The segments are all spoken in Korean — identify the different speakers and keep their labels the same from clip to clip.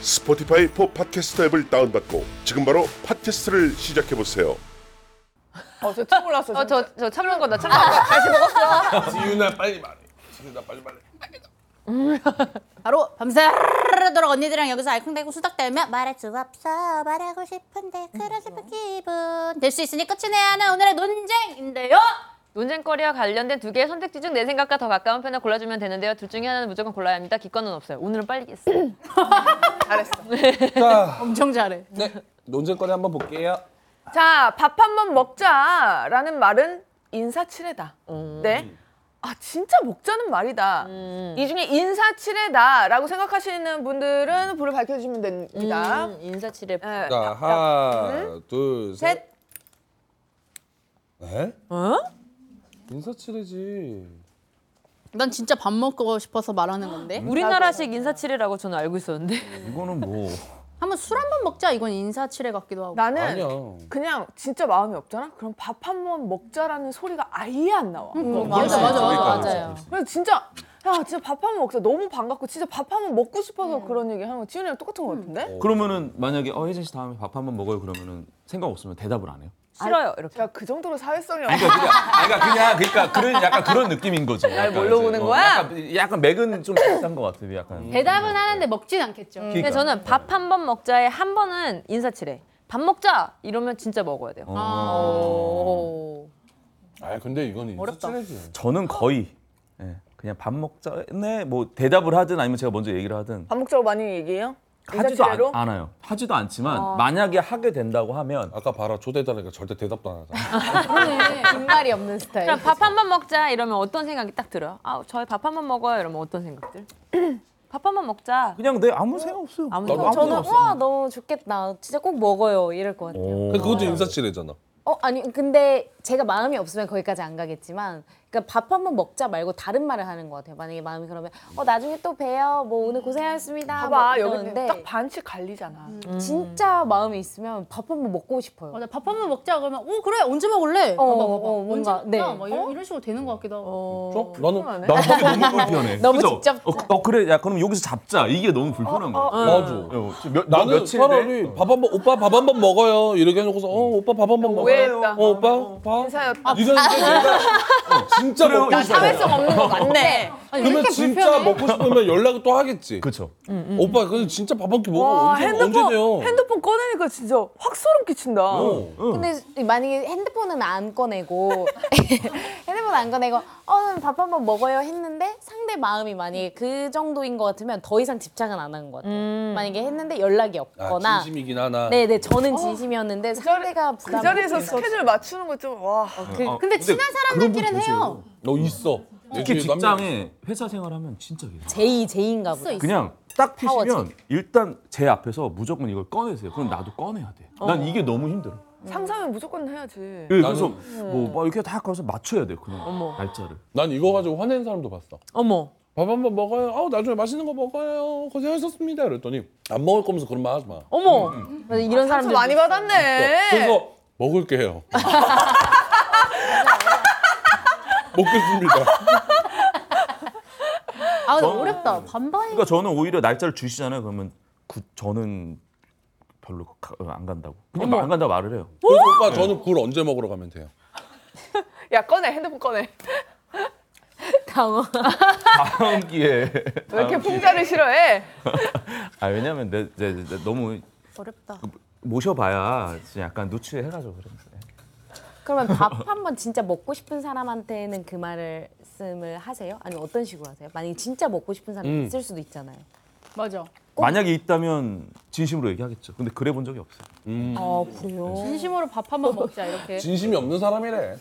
Speaker 1: 스포티파이 포 팟캐스터 앱을 다운받고 지금 바로 팟캐스트를 시작해 보세요.
Speaker 2: 어저 처음 몰랐어. 어, 저, 저 참는 거다 참는
Speaker 3: 지윤아 빨리 말해. 지윤아 빨리 말해.
Speaker 4: 바로 밤새도록 언니들이랑 여기서 알콩달콩 수닥대며 말할 수 없어 말하고 싶은데 그런 슬픈 기분 될 수 있으니 끝이 내야 하는 오늘의 논쟁인데요.
Speaker 5: 논쟁거리와 관련된 두 개의 선택지 중 내 생각과 더 가까운 편을 골라주면 되는데요. 둘 중에 하나는 무조건 골라야 합니다. 기권은 없어요. 오늘은 빨리 했어.
Speaker 6: 자,
Speaker 4: 엄청 잘해.
Speaker 6: 네 논쟁거리 한번 볼게요.
Speaker 2: 자, 밥 한 번 먹자라는 말은 인사치레다.
Speaker 7: 음.
Speaker 2: 네. 아, 진짜 먹자는 말이다. 이 중에 인사치레다라고 생각하시는 분들은 불을 밝혀주시면 됩니다.
Speaker 7: 음.
Speaker 5: 인사치레.
Speaker 2: 네.
Speaker 6: 자, 하나, 둘, 셋. 네?
Speaker 2: 셋.
Speaker 6: 에? 인사치레지.
Speaker 8: 난 진짜 밥 먹고 싶어서 말하는 건데.
Speaker 7: 음.
Speaker 5: 우리나라식 인사치레라고 저는 알고 있었는데.
Speaker 3: 이거는 뭐?
Speaker 8: 한번 술 한 번 먹자. 이건 인사치레 같기도 하고.
Speaker 2: 나는
Speaker 6: 아니야.
Speaker 2: 그냥 진짜 마음이 없잖아? 그럼 밥 한 번 먹자라는 소리가 아예 안 나와.
Speaker 7: 음,
Speaker 2: 어,
Speaker 8: 맞아, 맞아, 맞아, 맞아요.
Speaker 2: 그래서 진짜, 야, 진짜 밥 한 번 먹자. 너무 반갑고, 진짜 밥 한 번 먹고 싶어서
Speaker 7: 음.
Speaker 2: 그런 얘기 하는 거. 지훈이랑 똑같은 거 같은데?
Speaker 9: 그러면은 만약에 어 혜진 씨 다음에 밥 한번 먹어요 그러면은 생각 없으면 대답을 안 해요?
Speaker 5: 싫어요. 이렇게.
Speaker 2: 제가 그 정도로 사회성이
Speaker 9: 그러니까 그냥 아니, 그러니까 그냥 그러니까 그런 약간 그런 느낌인 거죠. 날
Speaker 5: 뭘로 보는 거야?
Speaker 9: 뭐 약간, 약간 맥은 좀 비슷한 것 같아요. 약간. 그러니까
Speaker 8: 대답은 하는데 먹진 않겠죠.
Speaker 4: 음.
Speaker 5: 근데 저는 밥 한 번 먹자에 한 번은 인사치레. 밥 먹자 이러면 진짜 먹어야 돼요.
Speaker 3: 아 근데 이건 인사치레지.
Speaker 9: 저는 거의 예, 그냥 밥 먹자. 네뭐 대답을 하든 아니면 제가 먼저 얘기를 하든
Speaker 2: 밥 먹자고 많이 얘기해요?
Speaker 9: 하지도 안,
Speaker 2: 아, 인사치레로?
Speaker 9: 않아요. 하지도 않지만 만약에 하게 된다고 하면
Speaker 6: 아까 봐라 초대해달라니까 절대 대답도 안 하잖아.
Speaker 8: 빈말이 없는 스타일.
Speaker 5: 그럼 밥 한 번 먹자 이러면 어떤 생각이 딱 들어요? 아, 저희 밥 한 번 먹어요. 이러면 어떤 생각들? 밥 한 번 먹자.
Speaker 9: 그냥 내 아무 생각 없어요.
Speaker 5: 아무
Speaker 9: 나도
Speaker 5: 생각
Speaker 9: 아무
Speaker 5: 저는
Speaker 9: 생각 없어.
Speaker 7: 너무 좋겠다. 진짜 꼭 먹어요. 이럴 것 같아요.
Speaker 6: 근데 그것도 인사치레잖아.
Speaker 7: 어 아니 근데 제가 마음이 없으면 거기까지 안 가겠지만 그러니까 밥 한 번 먹자 말고 다른 말을 하는 것 같아요. 만약에 마음이 그러면 어 나중에 또 봬요. 뭐 오늘 고생하셨습니다.
Speaker 2: 봐봐,
Speaker 7: 막
Speaker 2: 여기
Speaker 7: 이러는데 음.
Speaker 2: 딱 반씩 갈리잖아.
Speaker 7: 진짜 마음이 있으면 밥 한 번 먹고
Speaker 8: 음.
Speaker 7: 싶어요.
Speaker 8: 맞아, 밥 한 번 먹자. 그러면, 오, 그래, 언제 먹을래?
Speaker 7: 어,
Speaker 8: 봐봐, 봐봐.
Speaker 7: 어,
Speaker 8: 언제
Speaker 7: 뭔가,
Speaker 8: 먹자.
Speaker 7: 네.
Speaker 8: 막 이런, 이런 식으로 되는 것 같기도 하고.
Speaker 6: 어, 나는
Speaker 9: 나 그게 너무 불편해.
Speaker 7: 너무
Speaker 9: 그죠?
Speaker 7: 직접-
Speaker 9: 어, 어, 그래 야 그럼 여기서 잡자. 이게 너무 불편한 거야.
Speaker 6: 맞아.
Speaker 9: 어, 몇, 너
Speaker 6: 나는
Speaker 9: 며칠 돼?
Speaker 6: 차라리 밥 한 번 오빠 밥 한 번 먹어요 이렇게 해놓고서 어 오빠 밥 한 번 먹어요.
Speaker 2: 오해했다.
Speaker 6: 어 오빠 밥.
Speaker 2: 인사였다.
Speaker 6: 이러는데 내가 진짜
Speaker 9: 그래요.
Speaker 6: 먹고 싶어.
Speaker 2: 사회성 없는 거 맞네.
Speaker 6: 그러면 진짜 먹고 싶으면 연락을 또 하겠지.
Speaker 9: 그렇죠.
Speaker 8: 음,
Speaker 6: 오빠 근데 진짜 밥 한 끼 먹어
Speaker 2: 음, 와,
Speaker 6: 언제, 언제 돼요?
Speaker 2: 핸드폰, 핸드폰 꺼내니까 진짜 확 소름 끼친다.
Speaker 6: 어.
Speaker 7: 근데 만약에 핸드폰은 안 꺼내고 핸드폰 안 꺼내고 어밥 한 번 먹어요 했는데 상대 마음이 만약에 그 정도인 것 같으면 더 이상 집착은 안 하는 것 같아요.
Speaker 2: 음.
Speaker 7: 만약에 했는데 연락이 없거나
Speaker 6: 아, 진심이긴 하나.
Speaker 7: 네네 저는 진심이었는데 상대가
Speaker 2: 어. 그
Speaker 7: 부담
Speaker 2: 자리에서 스케줄 맞추는 거 좀, 와.
Speaker 8: 그,
Speaker 9: 어,
Speaker 8: 근데 친한 사람들끼리는 해요.
Speaker 6: 너 있어.
Speaker 9: 특히
Speaker 6: 예전에 남편
Speaker 9: 직장에 회사 생활하면 진짜 그래요.
Speaker 7: 제이 제이인가 보다.
Speaker 9: 그냥 딱
Speaker 7: 파워지.
Speaker 9: 피시면 일단 제 앞에서 무조건 이걸 꺼내세요. 그럼 나도 꺼내야 돼.
Speaker 8: 어.
Speaker 9: 난 이게 너무 힘들어.
Speaker 2: 상상은 무조건 해야지.
Speaker 9: 예, 그래서
Speaker 8: 음.
Speaker 9: 뭐, 막 이렇게 다 가서 맞춰야 돼. 그냥 날짜를.
Speaker 6: 난 이거 가지고 화낸 사람도 봤어.
Speaker 5: 어머.
Speaker 6: 밥 한 번 먹어요. 아우 나중에 맛있는 거 먹어요. 고생하셨습니다. 이랬더니 안 먹을 거면서 그런 말 하지 마.
Speaker 5: 어머.
Speaker 7: 음. 이런
Speaker 2: 상
Speaker 7: 사람들
Speaker 2: 많이 받았네.
Speaker 6: 음, 어, 그래서 먹을게요. 먹겠습니다.
Speaker 8: 아, 근데 어렵다. 반반이.
Speaker 9: 그러니까 저는 오히려 날짜를 주시잖아요. 그러면 구, 저는 별로 가- 어, 안 간다고. 그냥 안 간다고 말을 해요.
Speaker 6: 그래서 오빠 저는 굴 언제 먹으러 가면 돼요?
Speaker 2: 야, 꺼내. 핸드폰 꺼내.
Speaker 7: 당황.
Speaker 9: 다음 기회에.
Speaker 2: 왜 이렇게 풍자를 싫어해?
Speaker 9: 아 왜냐면 내, 내, 내 너무 그
Speaker 8: 어렵다.
Speaker 9: 모셔봐야 진짜 약간 노출해가지고 그랬는데.
Speaker 7: 그러면 밥 한 번 진짜 먹고 싶은 사람한테는 그 말을 씀을 하세요? 아니면 어떤 식으로 하세요? 만약에 진짜 먹고 싶은 사람
Speaker 6: 음.
Speaker 7: 이 있을 수도 있잖아요.
Speaker 8: 맞아.
Speaker 9: 만약에 있다면 진심으로 얘기하겠죠. 근데 그래 본 적이 없어요.
Speaker 7: 아 그래요?
Speaker 8: 진심으로 밥 한 번 먹자, 이렇게.
Speaker 6: 진심이 없는 사람이래.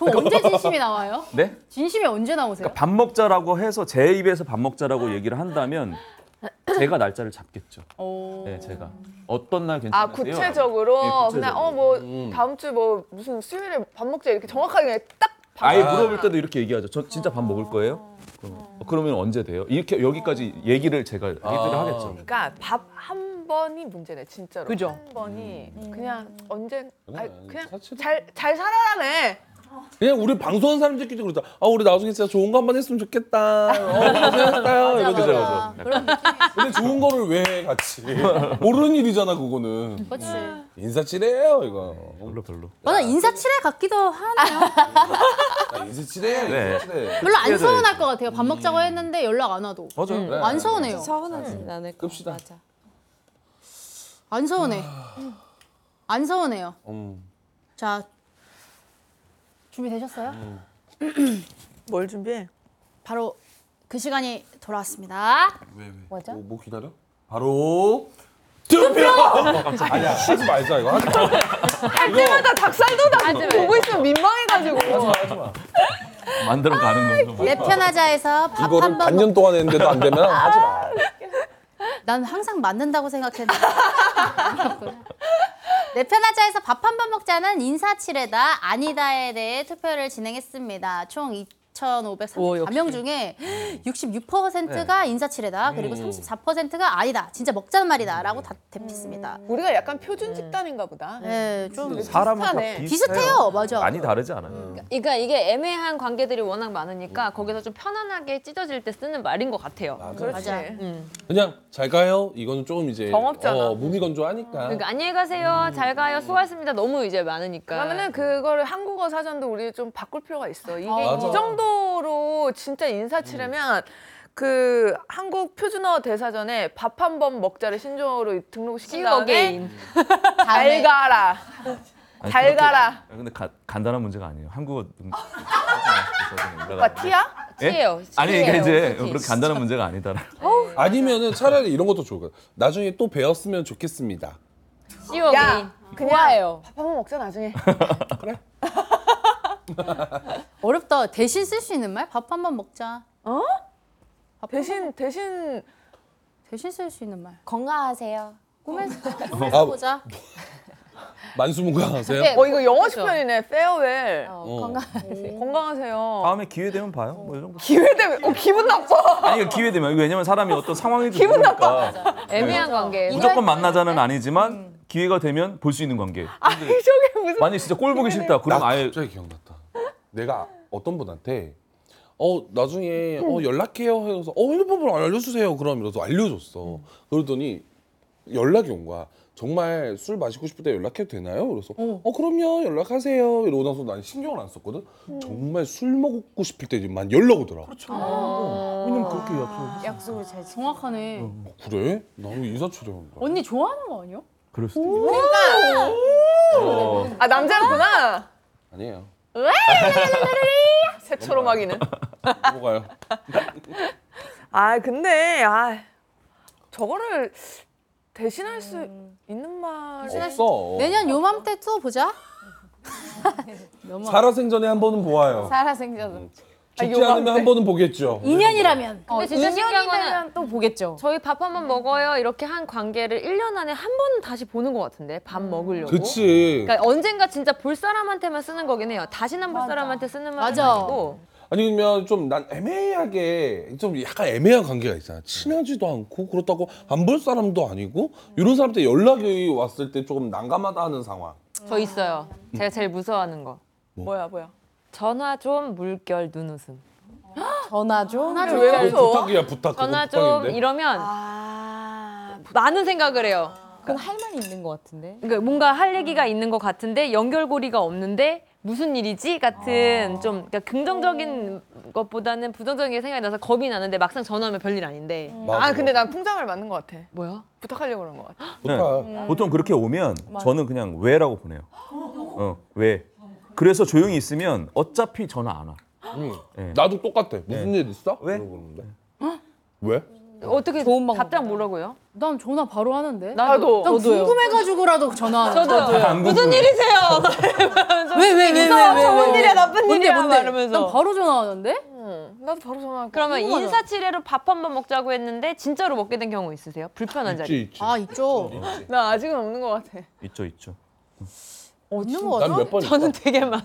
Speaker 8: 그럼 언제 진심이 나와요?
Speaker 9: 네?
Speaker 8: 진심이 언제 나오세요?
Speaker 9: 밥 먹자라고 해서 제 입에서 밥 먹자라고 얘기를 한다면
Speaker 10: 제가 날짜를 잡겠죠.
Speaker 4: 오.
Speaker 10: 네, 제가 어떤 날 괜찮으세요?
Speaker 2: 아 구체적으로
Speaker 10: 네, 구체적으로.
Speaker 2: 그냥 어 뭐 다음 주 뭐 무슨 수요일에 밥 먹자 이렇게 정확하게 그냥 딱 밥.
Speaker 10: 아예 물어볼 때도 이렇게 얘기하죠. 저 진짜 밥 먹을 거예요? 그럼, 어, 그러면 언제 돼요? 이렇게 여기까지 얘기를 제가 아이들을 하겠죠.
Speaker 2: 그러니까 밥 한 번이 문제네 진짜로.
Speaker 5: 그죠?
Speaker 2: 한 번이 그냥 언젠 아
Speaker 6: 아니,
Speaker 2: 음. 그냥
Speaker 6: 사실은-
Speaker 2: 잘 잘 살아라네.
Speaker 6: 그냥 우리 방송한 사람들끼리 그러다. 아 우리 나중에 진짜 좋은 거 한 번 했으면 좋겠다. 어 고생했어요. 이러고
Speaker 11: 맞아.
Speaker 6: 그죠. 근데 좋은 거를 왜 해, 같이 모르는 일이잖아 그거는.
Speaker 11: 그렇지.
Speaker 4: 음.
Speaker 6: 인사치레예요 이거.
Speaker 9: 별로 별로.
Speaker 11: 맞아 인사치레 같기도 하네요.
Speaker 6: 아, 인사치레.
Speaker 9: 네.
Speaker 6: 인사치레.
Speaker 4: 별로 안 서운할 것 같아요.
Speaker 6: 음.
Speaker 4: 밥 먹자고 했는데 연락 안 와도.
Speaker 9: 맞아요.
Speaker 6: 그래.
Speaker 4: 안 서운해요.
Speaker 5: 그러니까
Speaker 7: 서운하지 않을
Speaker 5: 그
Speaker 7: 거.
Speaker 6: 끕시다.
Speaker 7: 맞아.
Speaker 4: 안 서운해. 안 서운해요.
Speaker 6: 음.
Speaker 4: 자 준비되셨어요?
Speaker 2: 뭘 준비해?
Speaker 4: 바로 그 시간이 돌아왔습니다.
Speaker 6: 왜 왜?
Speaker 7: 뭐죠?
Speaker 6: 뭐, 뭐 기다려? 바로 투표. 아니야 하지 말자 이거 하지 마.
Speaker 2: 할 때마다 닭살도 나 보고 있으면 민망해가지고.
Speaker 9: 만들어 가는 거죠.
Speaker 11: 내 편하자에서 밥 한
Speaker 6: 이거를
Speaker 11: 번
Speaker 6: 반년 동안 했는데도 안 되면 하지 마.
Speaker 4: 난 항상 맞는다고 생각했는데. 그렇구나.
Speaker 11: 내 네, 편하자에서 밥 한 번 먹자는 인사치레다 아니다에 대해 투표를 진행했습니다. 총 2,534명 중에 66%가
Speaker 9: 네.
Speaker 11: 인사치레다 그리고 34%가 아니다 진짜 먹자는 말이다라고 다 대pis습니다.
Speaker 7: 음.
Speaker 2: 우리가 약간 표준 집단인가 보다. 그러니까
Speaker 4: 네, 좀
Speaker 9: 사람은 다
Speaker 2: 비슷하네.
Speaker 9: 비슷해요.
Speaker 4: 비슷해요. 맞아.
Speaker 9: 많이 다르지 않아요.
Speaker 5: 그러니까 이게 애매한 관계들이 워낙 많으니까 거기서 좀 편안하게 찢어질 때 쓰는 말인 것 같아요.
Speaker 2: 그렇지.
Speaker 4: 맞아.
Speaker 6: 그냥 잘 가요. 이거는 좀 이제
Speaker 2: 정없잖아.
Speaker 6: 어, 무미건조하니까.
Speaker 5: 그러니까 안녕히 가세요, 잘 가요, 수고하셨습니다. 너무 이제 많으니까.
Speaker 2: 그러면은 그거를 한국어 사전도 우리 좀 바꿀 필요가 있어. 이게
Speaker 6: 맞아.
Speaker 2: 이 정도로 진짜 인사치려면 그 한국 표준어 대사전에 밥 한 번 먹자를 신조어로 등록시킨 다음에
Speaker 5: 지우개인.
Speaker 2: 잘 가라.
Speaker 9: 아니,
Speaker 2: 잘
Speaker 9: 그렇게-
Speaker 2: 가라.
Speaker 9: 근데 가- 간단한 문제가 아니에요. 한국어 능-
Speaker 2: 오빠 티야?
Speaker 9: 예?
Speaker 5: 티예요,
Speaker 9: 아니 그러니까
Speaker 5: 티예요,
Speaker 9: 이제
Speaker 5: 솔직히.
Speaker 9: 그렇게 간단한 문제가 아니다라.
Speaker 6: 아니면은 차라리 이런 것도 좋을 것 같아요. 나중에 또 배웠으면 좋겠습니다.
Speaker 5: 지옥인.
Speaker 2: 야,
Speaker 5: 좋아요.
Speaker 2: 밥 한 번 먹자 나중에.
Speaker 4: 어렵다. 대신 쓸 수 있는 말? 밥 한 번 먹자.
Speaker 2: 아, 대신 대신
Speaker 4: 대신 쓸 수 있는 말.
Speaker 7: 건강하세요.
Speaker 4: 꿈에서
Speaker 6: 아,
Speaker 4: 보자.
Speaker 6: 만수무강 하세요?
Speaker 7: 네.
Speaker 2: 어 이거 영어 시편이네. 페어웰.
Speaker 6: 어. 아.
Speaker 2: 건강하세요.
Speaker 9: 다음에 기회 되면 봐요. 뭐 이런 거.
Speaker 2: 기회 되면 어 기분 나빠.
Speaker 9: 아니 이거 기회 되면 이거 왜냐면 사람이 어떤 상황인지
Speaker 2: 기분
Speaker 9: 모르니까 네.
Speaker 5: 애매한 관계.
Speaker 9: 무조건 만나자는 아니지만 기회가 되면 볼 수 있는 관계.
Speaker 2: 아니 저게 무슨
Speaker 9: 만약 진짜 꼴 보기 싫다.
Speaker 6: 나
Speaker 9: 그럼 아예
Speaker 6: 갑자기 기억났다. 내가 어떤 분한테 어 나중에 어 연락해요 해서 어 핸드폰 알려주세요 그럼 이러서 알려줬어. 그러더니 연락이 온 거야. 정말 술 마시고 싶을 때 연락해도 되나요? 그래서 어, 그럼요 연락하세요 이러고 나서 난 신경을 안 썼거든. 정말 술 먹고 싶을 때만 연락 오더라. 그렇죠.
Speaker 9: 우리는 그렇게 아. 약속.
Speaker 7: 약속을 잘 지켜.
Speaker 4: 정확하네.
Speaker 6: 어, 그래? 나는 인사치레한다.
Speaker 4: 언니 좋아하는 거 아니야?
Speaker 9: 그럴 수도
Speaker 2: 아 남자였구나.
Speaker 6: 아니에요.
Speaker 2: 새초로막이는.
Speaker 6: 뭐가요?
Speaker 2: 아 근데 아 저거를 대신할 수 있는 말.
Speaker 6: 없어.
Speaker 4: 내년 요맘때 또 보자. 너무
Speaker 6: 살아생전에 한 번은 보아요. 음.
Speaker 7: 살아생전.
Speaker 6: 죽지 않으면 한 번은 보겠죠. 네.
Speaker 4: 2년이라면.
Speaker 5: 근데 진짜 신기한 거는
Speaker 7: 또 보겠죠.
Speaker 5: 저희 밥 한 번 먹어요 이렇게 한 관계를 1년 안에 한 번은 다시 보는 것 같은데 밥 먹으려고.
Speaker 6: 그치.
Speaker 5: 그러니까 언젠가 진짜 볼 사람한테만 쓰는 거긴 해요. 다시는 볼 사람한테 쓰는 말은
Speaker 4: 맞아.
Speaker 5: 아니고.
Speaker 6: 음. 아니면 좀 난 애매하게 좀 약간 애매한 관계가 있잖아. 친하지도 않고 그렇다고 안 볼 사람도 아니고 이런 사람한테 연락이 왔을 때 조금 난감하다 하는 상황.
Speaker 5: 저 있어요. 제가 제일 무서워하는 거.
Speaker 2: 뭐야 뭐야.
Speaker 6: 아,
Speaker 5: 전화 좀 물결 눈웃음.
Speaker 7: 전화 좀.
Speaker 4: 하나
Speaker 2: 왜
Speaker 4: 둘.
Speaker 2: 무서워?
Speaker 6: 부탁이야 부탁. 그거
Speaker 5: 전화 좀
Speaker 6: 부탁인데.
Speaker 5: 이러면 많은 생각을 해요.
Speaker 7: 아. 그럼 할 말이 있는 것 같은데.
Speaker 5: 그러니까 뭔가 할 얘기가 있는 것 같은데 연결고리가 없는데 무슨 일이지
Speaker 7: 아.
Speaker 5: 같은 좀 그러니까 긍정적인 것보다는 부정적인 게 생각이 나서 겁이 나는데 막상 전화하면 별일 아닌데
Speaker 7: 음.
Speaker 6: 맞아.
Speaker 2: 아 근데 난 풍장을 맞는 것 같아.
Speaker 5: 뭐야?
Speaker 2: 부탁하려고 그런 것 같아.
Speaker 9: 네.
Speaker 6: 부탁.
Speaker 7: 음.
Speaker 9: 보통 그렇게 오면 저는 그냥 왜라고 보내요. 어, 왜? 그래서 조용히 있으면 어차피 전화 안 와.
Speaker 6: 응.
Speaker 9: 예.
Speaker 6: 음. 나도 똑같아. 무슨 일 있어?
Speaker 9: 왜?
Speaker 6: 물어보는데. 왜?
Speaker 5: 어떻게
Speaker 7: 좋은 방법이다.
Speaker 5: 답장 뭐라고요?
Speaker 4: 난 전화 바로 하는데.
Speaker 2: 나도.
Speaker 4: 난
Speaker 7: 저도요.
Speaker 4: 궁금해가지고라도 전화하는 거.
Speaker 9: 안
Speaker 5: 무슨 일이세요?
Speaker 7: 아,
Speaker 4: 왜왜왜왜왜 왜?
Speaker 5: 나쁜
Speaker 4: 뭔데
Speaker 2: 어.
Speaker 5: 일이야,
Speaker 4: 뭔데?
Speaker 5: 막 이러면서.
Speaker 4: 난 바로 전화하는데.
Speaker 2: 응. 나도 바로 전화할 거야.
Speaker 5: 그러면 인사치레로 밥 한 번 먹자고 했는데 진짜로 먹게 된 경우 있으세요? 불편한 자리.
Speaker 6: 있지 있지.
Speaker 4: 아 있죠.
Speaker 2: 나 아직은 없는 것 같아.
Speaker 9: 있죠 있죠.
Speaker 2: 어,
Speaker 4: 없는
Speaker 6: 난
Speaker 4: 거죠?
Speaker 6: 몇번
Speaker 5: 어, 저는 되게 많아요.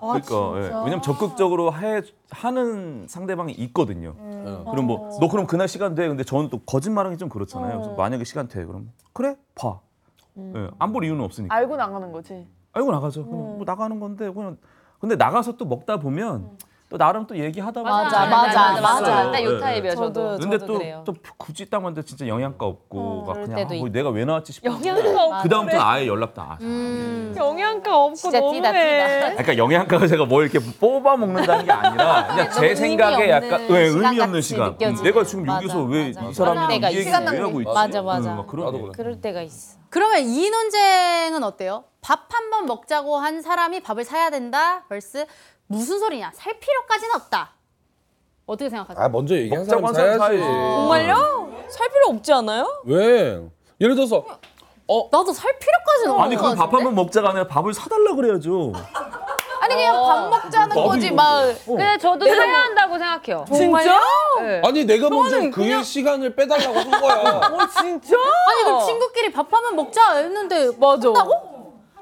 Speaker 9: 그러니까 예. 왜냐면 적극적으로 해, 하는 상대방이 있거든요.
Speaker 7: 음.
Speaker 6: 어.
Speaker 9: 그럼 뭐
Speaker 7: 어.
Speaker 9: 너 그럼 그날 시간 돼? 근데 저는 또 거짓말하기 좀 그렇잖아요.
Speaker 7: 음.
Speaker 9: 그래서 만약에 시간 돼, 그럼 그래 봐. 예, 안 볼 이유는
Speaker 7: 아.
Speaker 9: 없으니까.
Speaker 2: 알고 나가는 거지.
Speaker 9: 알고 나가죠. 그냥
Speaker 7: 음.
Speaker 9: 뭐 나가는 건데 그냥 근데 나가서 또 먹다 보면 또 나름 또 얘기하다 보면
Speaker 7: 맞아, 맞아, 맞아.
Speaker 6: 네.
Speaker 5: 나요 타입이야 저도.
Speaker 7: 저도요.
Speaker 9: 근데
Speaker 7: 저도 그래요. 어,
Speaker 9: 또, 또 굳이 딱 봤는데 진짜 영양가 없고 막 그냥
Speaker 7: 때도
Speaker 9: 아, 뭐 내가 왜 나왔지 싶어.
Speaker 5: 영양가 없고
Speaker 9: 그 다음부터 아예 연락도 안 하죠.
Speaker 5: 영양가 없고
Speaker 7: 진짜
Speaker 5: 너무해.
Speaker 7: 띠다, 띠다.
Speaker 9: 그러니까 영양가가 제가 뭘 이렇게 뽑아 먹는다는 게 아니라 그냥
Speaker 7: 그러니까 너무
Speaker 9: 제
Speaker 7: 의미
Speaker 9: 생각에
Speaker 7: 없는
Speaker 9: 약간 왜 의미 없는
Speaker 7: 시간같이
Speaker 9: 시간.
Speaker 7: 느껴지는.
Speaker 9: 음. 내가 지금
Speaker 7: 맞아,
Speaker 9: 여기서 왜
Speaker 7: 맞아.
Speaker 9: 이 사람이랑
Speaker 7: 맞아,
Speaker 9: 이 얘기
Speaker 7: 시간
Speaker 9: 왜 하고 있지?
Speaker 7: 맞아, 맞아.
Speaker 9: 응, 막 그런
Speaker 6: 나도
Speaker 9: 얘기.
Speaker 6: 그래.
Speaker 7: 그럴 때가 있어.
Speaker 11: 그러면 이 논쟁은 어때요? 밥 한 번 먹자고 한 사람이 밥을 사야 된다 vs 무슨 소리냐 살 필요까지는 없다. 어떻게 생각하세요?
Speaker 6: 아 먼저 얘기한
Speaker 9: 먹자고
Speaker 6: 사람
Speaker 9: 한 사람
Speaker 6: 사야지.
Speaker 9: 사야지.
Speaker 5: 어.
Speaker 7: 정말요? 살 필요 없지 않아요?
Speaker 6: 왜? 예를 들어서
Speaker 11: 나도 살 필요까지는 없는
Speaker 9: 아니
Speaker 11: 거
Speaker 9: 그럼 밥
Speaker 11: 같은데?
Speaker 9: 한 번 먹자가 아니라 밥을 사달라 그래야죠.
Speaker 7: 아니 그냥 밥 먹자는
Speaker 9: 밥이
Speaker 7: 거지
Speaker 9: 뭔데?
Speaker 7: 막
Speaker 5: 근데 저도 사야 한다고 생각해요.
Speaker 2: 진짜?
Speaker 5: 네.
Speaker 6: 아니 내가 먼저 그의 시간을 빼달라고 한 거야.
Speaker 2: 어 진짜?
Speaker 11: 아니 그럼 친구끼리 밥 한 번 먹자 했는데 맞아. 한다고?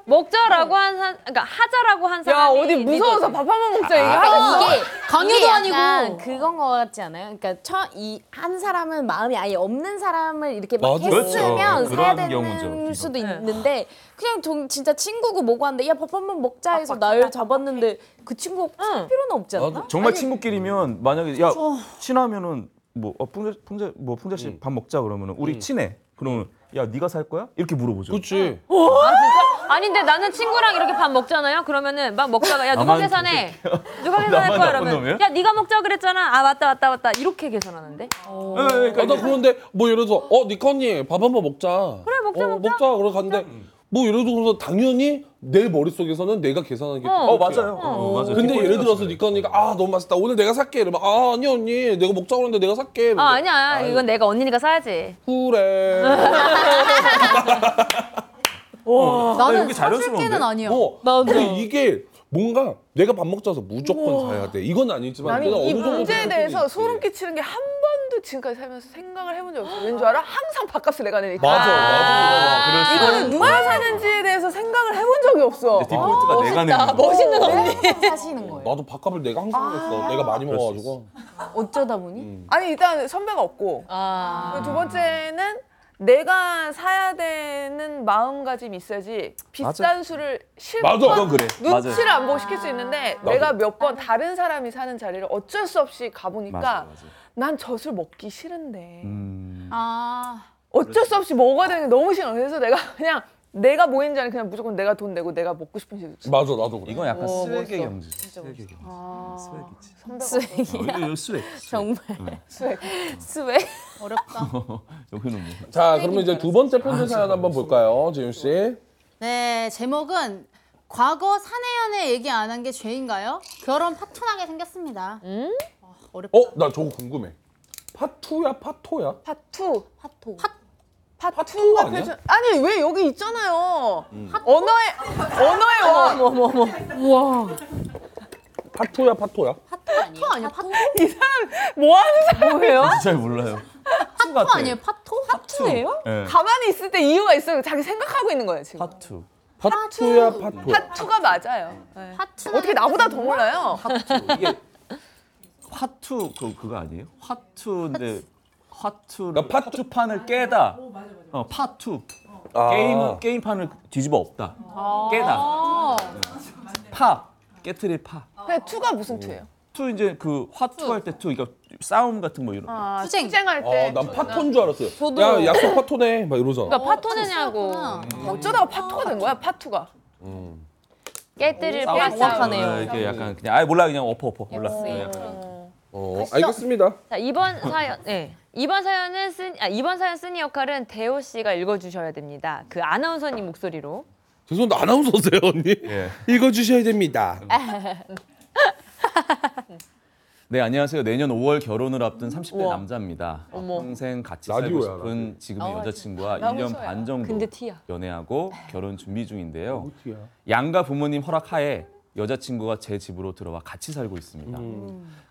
Speaker 5: 먹자라고 한 사, 그러니까 하자라고 한
Speaker 2: 야
Speaker 5: 사람이
Speaker 2: 어디 무서워서 밥 한
Speaker 6: 아,
Speaker 2: 번 먹자 얘기하고
Speaker 7: 그러니까 이게
Speaker 11: 어, 강요도
Speaker 7: 이게 약간
Speaker 11: 아니고.
Speaker 7: 그건 거 같지 않아요? 그러니까 처이한 사람은 마음이 아예 없는 사람을 이렇게 막
Speaker 6: 맞아.
Speaker 7: 했으면
Speaker 9: 그렇죠.
Speaker 7: 사야
Speaker 9: 그런
Speaker 7: 되는
Speaker 9: 경우죠, 네. 기본.
Speaker 7: 수도 있는데 그냥 동, 진짜 친구고 뭐고 한데 야 밥 한 번 먹자 해서 날 잡았는데 그 친구가 살 필요는 없지 않나?
Speaker 6: 나도
Speaker 9: 정말 친구끼리면 만약에 야 친하면은 뭐 어, 풍자 풍자 뭐 풍자
Speaker 6: 음.
Speaker 9: 씨 밥 먹자 그러면은 우리 친해. 그러면 야 네가 살 거야? 이렇게 물어보죠.
Speaker 6: 그렇지.
Speaker 5: 아니 근데 나는 친구랑 이렇게 밥 먹잖아요. 그러면은 막 먹다가 야 누가
Speaker 9: 나만 어,
Speaker 5: 계산해? 누가 계산할
Speaker 9: 나만
Speaker 5: 거야?
Speaker 9: 나쁜
Speaker 5: 이러면
Speaker 9: 놈이야?
Speaker 5: 야 네가 먹자 그랬잖아. 아 맞다 맞다 맞다 이렇게 계산하는데.
Speaker 9: 예, 예, 그러니까
Speaker 6: 아, 나 그런데 뭐 예를 들어 어 니컨이 밥 한 번 먹자.
Speaker 5: 그래, 먹자,
Speaker 6: 어,
Speaker 5: 먹자.
Speaker 6: 먹자. 그래 갔는데 뭐 예를 들어서 당연히 내머릿 속에서는 내가 계산하는 게.
Speaker 5: 어.
Speaker 9: 어
Speaker 6: 그렇게.
Speaker 9: 맞아요. 어, 맞아요.
Speaker 6: 근데 예를 들어서 니컨이가 아 너무 맛있다 오늘 내가 살게 이러면 아 아니 언니 내가 먹자고 했는데 내가 살게.
Speaker 9: 어.
Speaker 5: 아 아니야 이건 내가 언니니까 사야지.
Speaker 6: 그래.
Speaker 9: 나는
Speaker 11: 나는
Speaker 9: 이게
Speaker 11: 사줄
Speaker 9: 자연스러운데?
Speaker 11: 때는 아니야.
Speaker 6: 어. 근데 이게 뭔가 내가 밥 먹자서 무조건 사야 돼. 이건 아니지만
Speaker 2: 나는
Speaker 6: 내가
Speaker 2: 이
Speaker 6: 어느 정도
Speaker 2: 문제에
Speaker 6: 생각할
Speaker 2: 대해서
Speaker 6: 수는 있지.
Speaker 2: 소름 끼치는 게 한 번도 지금까지 살면서 생각을 해본 적 없어. 왠 줄 알아? 항상 밥값을 내가 내니까.
Speaker 6: 맞아. 맞아. 그럴 수
Speaker 2: 이거는 누가 사는지에 대해서 생각을 해본 적이 없어.
Speaker 9: 디폴트가 어, 내가 내는 거.
Speaker 2: 멋있는 언니.
Speaker 7: 사시는 거예요.
Speaker 6: 나도 밥값을 내가 항상 했어. 내가 많이 먹어가지고.
Speaker 7: 어쩌다 보니
Speaker 2: 아니 일단 선배가 없고 그리고 두 번째는 내가 사야 되는 마음가짐이 있어야지 비싼
Speaker 9: 맞아.
Speaker 2: 술을
Speaker 6: 맞아,
Speaker 2: 실컷
Speaker 6: 그건 그래.
Speaker 2: 눈치를 안 보고 시킬 수 있는데 내가 몇 번 다른 사람이 사는 자리를 어쩔 수 없이 가보니까
Speaker 9: 맞아, 맞아.
Speaker 2: 난 젖을 먹기 싫은데
Speaker 9: 음.
Speaker 11: 아
Speaker 2: 어쩔 수 없이 먹어야 되는 게 너무 싫어 그래서 내가 그냥 내가 모인 자리는 그냥 무조건 내가 돈 내고 내가 먹고 싶은 식
Speaker 6: 맞아 나도 그래.
Speaker 9: 이건 약간
Speaker 2: 어,
Speaker 9: 스웩의
Speaker 2: 멋있어.
Speaker 9: 경지. 스웩의 경지. 네. 스웩이지.
Speaker 7: 스웩
Speaker 9: 어, 이거- 이거 스웩.
Speaker 7: 정말
Speaker 9: 응.
Speaker 7: 스웩
Speaker 11: 어렵다.
Speaker 9: 여기는 뭐.
Speaker 6: 자 그러면 이제 두 번째
Speaker 9: 아,
Speaker 6: 편지 사연 한번 볼까요, 재윤 씨?
Speaker 11: 네, 제목은 과거 사내연애 얘기 안 한 게 죄인가요? 결혼 파토나게 생겼습니다. 아, 어렵다.
Speaker 6: 어, 나 저거 궁금해. 파투야, 파토야?
Speaker 2: 파투
Speaker 7: 파토
Speaker 6: 파투 아니야?
Speaker 2: 그래서- 아니 왜 여기 있잖아요 뭐, 언어의 언어의 원
Speaker 6: 파토야, 파토야?
Speaker 11: 파토 아니에요? 파토?
Speaker 2: 뭐 하는 사람이에요?
Speaker 9: 잘 몰라요.
Speaker 11: 파토 아니에요? 파토? 파토예요?
Speaker 9: 예.
Speaker 2: 가만히 있을 때 이유가 있어요. 자기 생각하고 있는 거예요 지금.
Speaker 9: 파투.
Speaker 6: 파투야, 파토야.
Speaker 2: 파투가 맞아요. 네.
Speaker 11: 파토.
Speaker 2: 어떻게 나보다 더 몰라요?
Speaker 9: 파투. 이게 화투 그 그거 아니에요? 화투인데 화투.
Speaker 6: 그러니까 파투-
Speaker 9: 파투판을 깨다. 어, 파투.
Speaker 6: 아.
Speaker 9: 게임 게임판을 뒤집어 엎다. 깨다. 파 깨트릴 파.
Speaker 2: 근데 투가 무슨 투예요?
Speaker 9: 투 이제 그 화투 할 때 투. 그러니까 싸움 같은 뭐 이런.
Speaker 2: 아,
Speaker 11: 투쟁.
Speaker 2: 투쟁할 때.
Speaker 6: 어, 난 파토인 줄 알았어요. 야, 약속 파토네. 막 이러잖아.
Speaker 5: 그러니까 파토느냐고
Speaker 2: 어쩌다가 파투가 된 거야? 파투가.
Speaker 5: 깨뜨릴
Speaker 9: 싸움.
Speaker 5: 파 싸움.
Speaker 7: 정확하네요.
Speaker 9: 어, 이게 약간 그냥 아 몰라 그냥 엎어 엎어 몰라. 예, 약간.
Speaker 6: 어, 알겠습니다.
Speaker 5: 자 이번 사연, 네 이번 사연은 쓴, 아 이번 사연 쓴이 역할은 대호 씨가 읽어주셔야 됩니다. 그 아나운서님 목소리로.
Speaker 6: 죄송한데 아나운서세요, 언니?
Speaker 9: 예.
Speaker 6: 읽어주셔야 됩니다.
Speaker 9: 아.
Speaker 10: 네 안녕하세요. 내년 5월 결혼을 앞둔 30대 남자입니다. 평생 같이 살고
Speaker 6: 라디오야,
Speaker 10: 싶은 지금의 여자친구와 1년 반 정도
Speaker 5: 아, 근데 티야.
Speaker 6: 뭐
Speaker 10: 연애하고 결혼 준비 중인데요. 양가 부모님 허락하에
Speaker 9: 여자친구가 제 집으로 들어와 같이 살고 있습니다.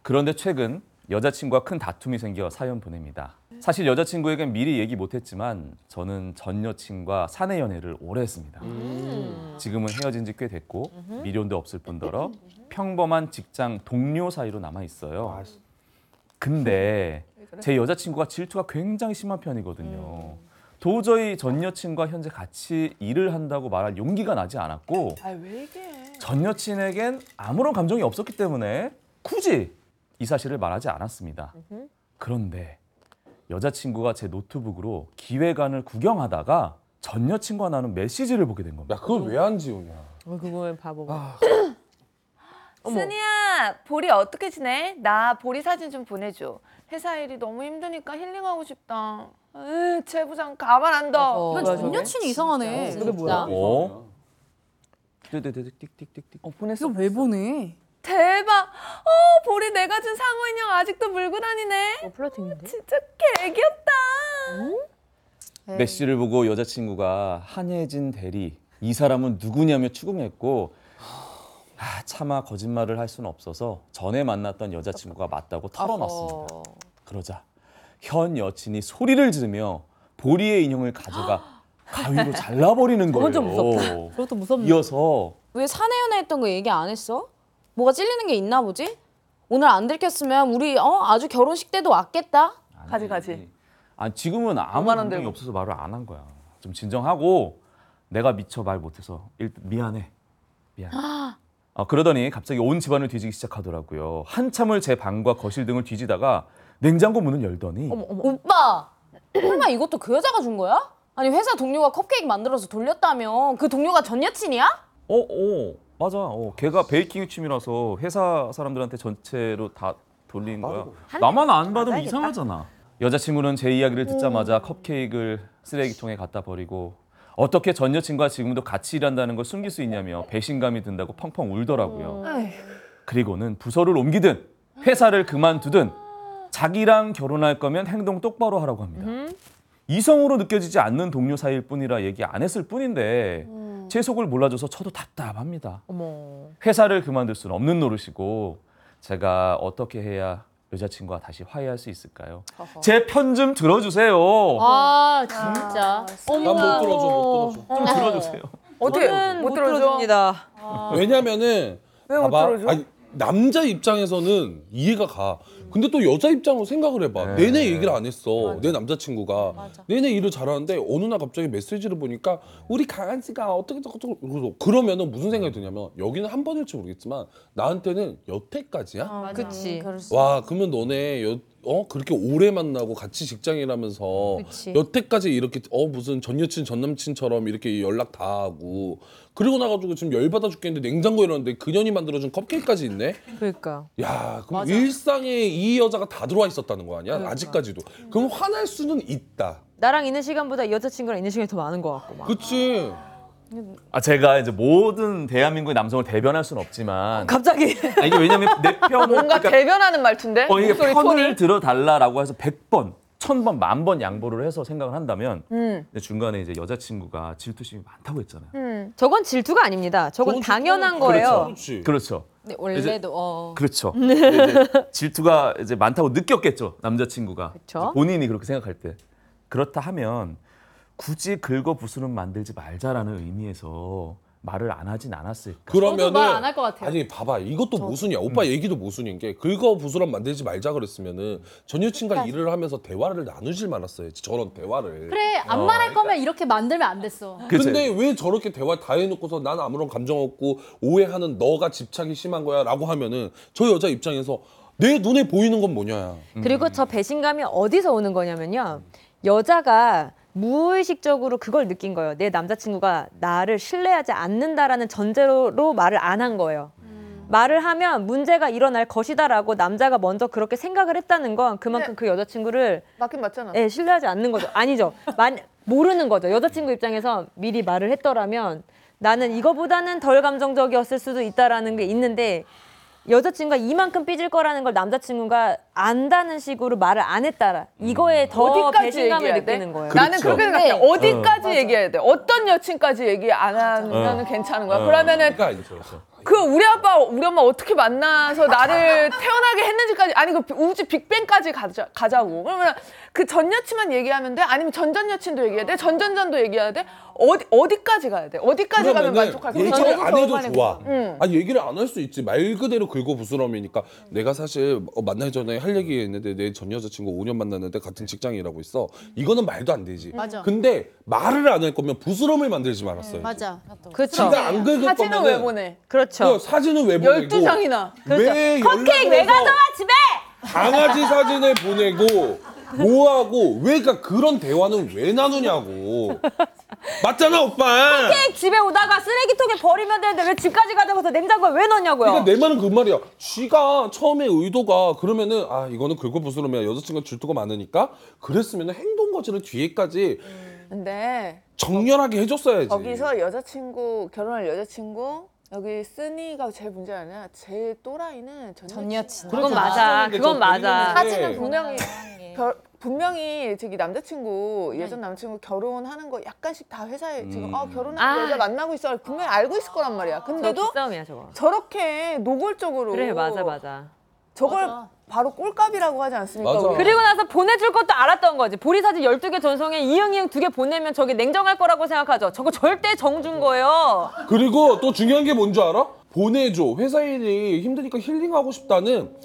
Speaker 9: 그런데 최근 여자친구와 큰 다툼이 생겨 사연 보냅니다. 사실 여자친구에겐 미리 얘기 못했지만 저는 전 여친과 사내 연애를 오래 했습니다. 지금은 헤어진 지 꽤 됐고 미련도 없을 뿐더러 평범한 직장 동료 사이로 남아 있어요. 근데 제 여자친구가 질투가 굉장히 심한 편이거든요. 도저히 전 여친과 현재 같이 일을 한다고 말할 용기가 나지 않았고
Speaker 2: 아왜 이게?
Speaker 9: 전 여친에겐 아무런 감정이 없었기 때문에 굳이 이 사실을 말하지 않았습니다. 그런데 여자친구가 제 노트북으로 기획안을 구경하다가 전 여친과 나눈 메시지를 보게 된 겁니다.
Speaker 6: 야 그걸 왜 안 지우냐?
Speaker 5: 그거에 바보.
Speaker 2: 순이야, 보리 어떻게 지내? 나 보리 사진 좀 보내줘. 회사 일이 너무 힘드니까 힐링하고 싶다. 으, 제부장 가만 안 둬.
Speaker 5: 어,
Speaker 11: 이건
Speaker 5: 맞아,
Speaker 11: 전
Speaker 5: 그래.
Speaker 11: 여친이 이상하네.
Speaker 5: 그게 뭐야?
Speaker 9: 어? 띠띠띠띠 띡띡띡띡.
Speaker 4: 이거 왜 보내?
Speaker 2: 대박. 어, 보리 내가 준 상어 인형 아직도 물고 다니네.
Speaker 5: 어, 플러팅인데?
Speaker 2: 진짜 개귀엽다.
Speaker 4: 네.
Speaker 9: 메시를 보고 여자친구가 한혜진 대리 이 사람은 누구냐며 추궁했고 아, 차마 거짓말을 할 수는 없어서 전에 만났던 여자친구가 맞다고 털어놨습니다. 그러자 현 여친이 소리를 지르며 보리의 인형을 가져가 가위로 잘라버리는 거예요.
Speaker 5: 좀
Speaker 4: 그것도 아. 무섭네.
Speaker 9: 이어서
Speaker 7: 왜 사내연애 했던 거 얘기 안 했어? 뭐가 찔리는 게 있나 보지? 오늘 안 들켰으면 우리 어 아주 결혼식 때도 왔겠다.
Speaker 2: 가지, 가지.
Speaker 9: 아 지금은 아무
Speaker 2: 오만 원
Speaker 9: 감정이
Speaker 2: 들고.
Speaker 9: 없어서 말을 안 한 거야. 좀 진정하고 내가 미처 말 못해서 일단 미안해. 미안해. 아, 그러더니 갑자기 온 집안을 뒤지기 시작하더라고요. 한참을 제 방과 거실 등을 뒤지다가 냉장고 문을 열더니
Speaker 7: 오빠 설마 이것도 그 여자가 준 거야? 아니 회사 동료가 컵케이크 만들어서 돌렸다며 그 동료가 전 여친이야?
Speaker 9: 어, 어, 맞아. 어, 걔가 베이킹 취미라서 회사 사람들한테 전체로 다 돌린 거야. 나만 안 받으면 이상하잖아. 여자친구는 제 이야기를 듣자마자 컵케이크를 쓰레기통에 갖다 버리고 어떻게 전 여친과 지금도 같이 일한다는 걸 숨길 수 있냐며 배신감이 든다고 펑펑 울더라고요. 그리고는 부서를 옮기든 회사를 그만두든 자기랑 결혼할 거면 행동 똑바로 하라고 합니다. 이성으로 느껴지지 않는 동료 사이일 뿐이라 얘기 안 했을 뿐인데 제 속을 몰라줘서 저도 답답합니다. 회사를 그만둘 수는 없는 노릇이고 제가 어떻게 해야 여자친구와 다시 화해할 수 있을까요? 제 편 좀 들어주세요.
Speaker 11: 아 진짜.
Speaker 6: 난 못 들어줘 못 들어줘.
Speaker 9: 좀 들어주세요.
Speaker 2: 어떻게 못 들어줘?
Speaker 6: 왜냐면은
Speaker 2: 왜못
Speaker 6: 봐봐.
Speaker 2: 들어줘?
Speaker 6: 아니, 남자 입장에서는 이해가 가. 근데 또 여자 입장으로 생각을 해봐.
Speaker 9: 네.
Speaker 6: 내내 얘기를 안 했어. 내 남자친구가 내내 일을 잘하는데 어느 날 갑자기 메시지를 보니까 우리 강아지가 어떻게 저렇게 그래서 그러면은 무슨 생각이 드냐면 여기는 한 번일지 모르겠지만 나한테는 여태까지야.
Speaker 2: 아.
Speaker 5: 그치.
Speaker 2: 음,
Speaker 6: 와 그러면 너네 여, 어 그렇게 오래 만나고 같이 직장이라면서
Speaker 11: 그치.
Speaker 6: 여태까지 이렇게 어 무슨 전 여친 전 남친처럼 이렇게 연락 다 하고 그러고 나가지고 지금 열 받아 죽겠는데 냉장고에 넣었는데 그년이 만들어준 컵케이크까지 있네
Speaker 5: 그러니까.
Speaker 6: 야 그럼 일상에 이 여자가 다 들어와 있었다는 거 아니야
Speaker 5: 그러니까.
Speaker 6: 아직까지도 그럼 화날 수는 있다
Speaker 5: 나랑 있는 시간보다 여자친구랑 있는 시간이 더 많은 것 같고 막.
Speaker 6: 그치
Speaker 9: 아 제가 이제 모든 대한민국의 남성을 대변할 수는 없지만
Speaker 5: 갑자기.
Speaker 9: 아, 이게 왜냐면 내 편을
Speaker 2: 뭔가
Speaker 5: 아,
Speaker 9: 그러니까
Speaker 2: 대변하는 말투인데?
Speaker 9: 어, 이게
Speaker 2: 목소리
Speaker 9: 편을
Speaker 2: 톤이?
Speaker 9: 들어달라라고 해서 100번, 1000번, 만 번 양보를 해서 생각을 한다면
Speaker 2: 음.
Speaker 9: 근데 중간에 이제 여자친구가 질투심이 많다고 했잖아요.
Speaker 5: 저건 질투가 아닙니다. 저건 당연한 거예요.
Speaker 6: 그렇지
Speaker 9: 그렇죠.
Speaker 7: 근데 원래도 어.
Speaker 9: 그렇죠. 근데 이제 질투가 이제 많다고 느꼈겠죠 남자친구가
Speaker 5: 그쵸.
Speaker 9: 본인이 그렇게 생각할 때 그렇다 하면 굳이 긁어 부수는 만들지 말자라는 의미에서 말을 안 하진 않았을까.
Speaker 6: 그러면은
Speaker 11: 말안할것 같아요. 음.
Speaker 6: 아니 봐봐 이것도 모순이야 오빠 얘기도 모순인 게 긁어 부스럼 만들지 말자 그랬으면은 전 여친과 일을 하면서 대화를 나누질 말았어야지 저런
Speaker 11: 그러니까.
Speaker 6: 대화를 아, 그러니까.
Speaker 11: 그래 안 말할 거면 이렇게 만들면 안 됐어.
Speaker 9: 그치?
Speaker 6: 근데 왜 저렇게 대화 다 해놓고서 난 아무런 감정 없고 오해하는 너가 집착이 심한 거야라고 하면은 저 여자 입장에서 내 눈에 보이는 건 뭐냐
Speaker 5: 그리고 저 배신감이 어디서 오는 거냐면요. 여자가 무의식적으로 그걸 느낀 거예요. 내 남자친구가 나를 신뢰하지 않는다라는 전제로 말을 안 한 거예요. 말을 하면 문제가 일어날 것이다라고 남자가 먼저 그렇게 생각을 했다는 건 그만큼 그 여자친구를
Speaker 2: 맞긴 맞잖아.
Speaker 5: 예, 신뢰하지 않는 거죠. 아니죠. 만, 모르는 거죠. 여자친구 입장에서 미리 말을 했더라면 나는 이거보다는 덜 감정적이었을 수도 있다라는 게 있는데 여자친구가 이만큼 삐질 거라는 걸 남자친구가 안다는 식으로 말을 안 했다라 이거에 더
Speaker 2: 어디까지
Speaker 5: 배신감을
Speaker 2: 얘기해야 돼?
Speaker 5: 느끼는 거예요.
Speaker 2: 나는 네,
Speaker 9: 그렇죠.
Speaker 2: 그렇게 생각해. 어. 어디까지 얘기해야 돼? 어떤 여친까지 얘기 안 하면 괜찮은 거야? 그러면은
Speaker 6: 그러니까
Speaker 2: 그 우리 아빠 우리 엄마 어떻게 만나서 나를 태어나게 했는지까지 아니 그 우주 빅뱅까지 가자, 가자고 그러면 그 전 여친만 얘기하면 돼 아니면 전전 여친도 얘기해야 돼 전전전도 얘기해야 돼 어디 어디까지 가야 돼 어디까지 가면
Speaker 6: 그러면은
Speaker 2: 만족할 거야
Speaker 6: 얘기를
Speaker 2: 저는 음.
Speaker 6: 안 해도
Speaker 7: 얼마나
Speaker 6: 좋아. 아니 얘기를 안 할 수 있지. 말 그대로 긁어 부스럼이니까 내가 사실 어, 만나기 전에 할 얘기 있는데 내 전 여자친구 5년 만났는데 같은 직장에 일하고 있어. 이거는 말도 안 되지.
Speaker 4: 맞아.
Speaker 6: 근데 말을 안 할 거면 부스럼을 만들지 말았어요.
Speaker 4: 맞아.
Speaker 5: 그렇죠.
Speaker 6: 진짜 안 긁을
Speaker 2: 사진은
Speaker 6: 거면
Speaker 2: 왜 보내
Speaker 5: 그렇죠.
Speaker 6: 사진은 왜 보내고?
Speaker 2: 12장이나
Speaker 6: 뭐,
Speaker 2: 그렇죠.
Speaker 6: 왜 컵케이크 왜 가져와 집에? 강아지 사진을 보내고 뭐하고 왜 그러니까 그런 대화는 왜 나누냐고. 맞잖아 오빠.
Speaker 5: 집에 오다가 쓰레기통에 버리면 되는데 왜 집까지 가져가서 냉장고에 왜 넣냐고요?
Speaker 6: 그러니까 내 말은 그 말이야. 쥐가 처음에 의도가 그러면은 아 이거는 긁고 부스럼이야. 여자친구가 질투가 많으니까 그랬으면은 행동 거지를 뒤에까지
Speaker 2: 근데
Speaker 6: 정렬하게 해줬어야지.
Speaker 2: 거기서 여자친구 결혼할 여자친구 여기 쓰니가 제일 문제 아니라 제일 또라이는 전 여친
Speaker 6: 그러니까
Speaker 5: 그건 맞아. 그건 맞아.
Speaker 6: 사진은
Speaker 2: 분명히 결- 분명히 저기 남자친구
Speaker 5: 네.
Speaker 2: 예전 남자친구 결혼하는 거 약간씩 다 회사에 지금
Speaker 6: 음.
Speaker 2: 어 결혼하는
Speaker 5: 아.
Speaker 2: 여자 만나고 있어 분명히 알고 있을 거란 말이야
Speaker 5: 저도
Speaker 2: 근데도
Speaker 5: 싸움이야 저거.
Speaker 2: 저렇게 노골적으로
Speaker 5: 그래 맞아 맞아.
Speaker 2: 저걸 바로 꼴값이라고 하지 않습니까
Speaker 6: 맞아.
Speaker 2: 우리가?
Speaker 5: 그리고 나서 보내줄 것도 알았던 거지. 보리 사진 12개 전송에 이응 이응 2개 보내면 저게 냉정할 거라고 생각하죠. 저거 절대 정준 거예요.
Speaker 6: 그리고 또 중요한 게 뭔 줄 알아? 보내줘. 회사 일이 힘드니까 힐링하고 싶다는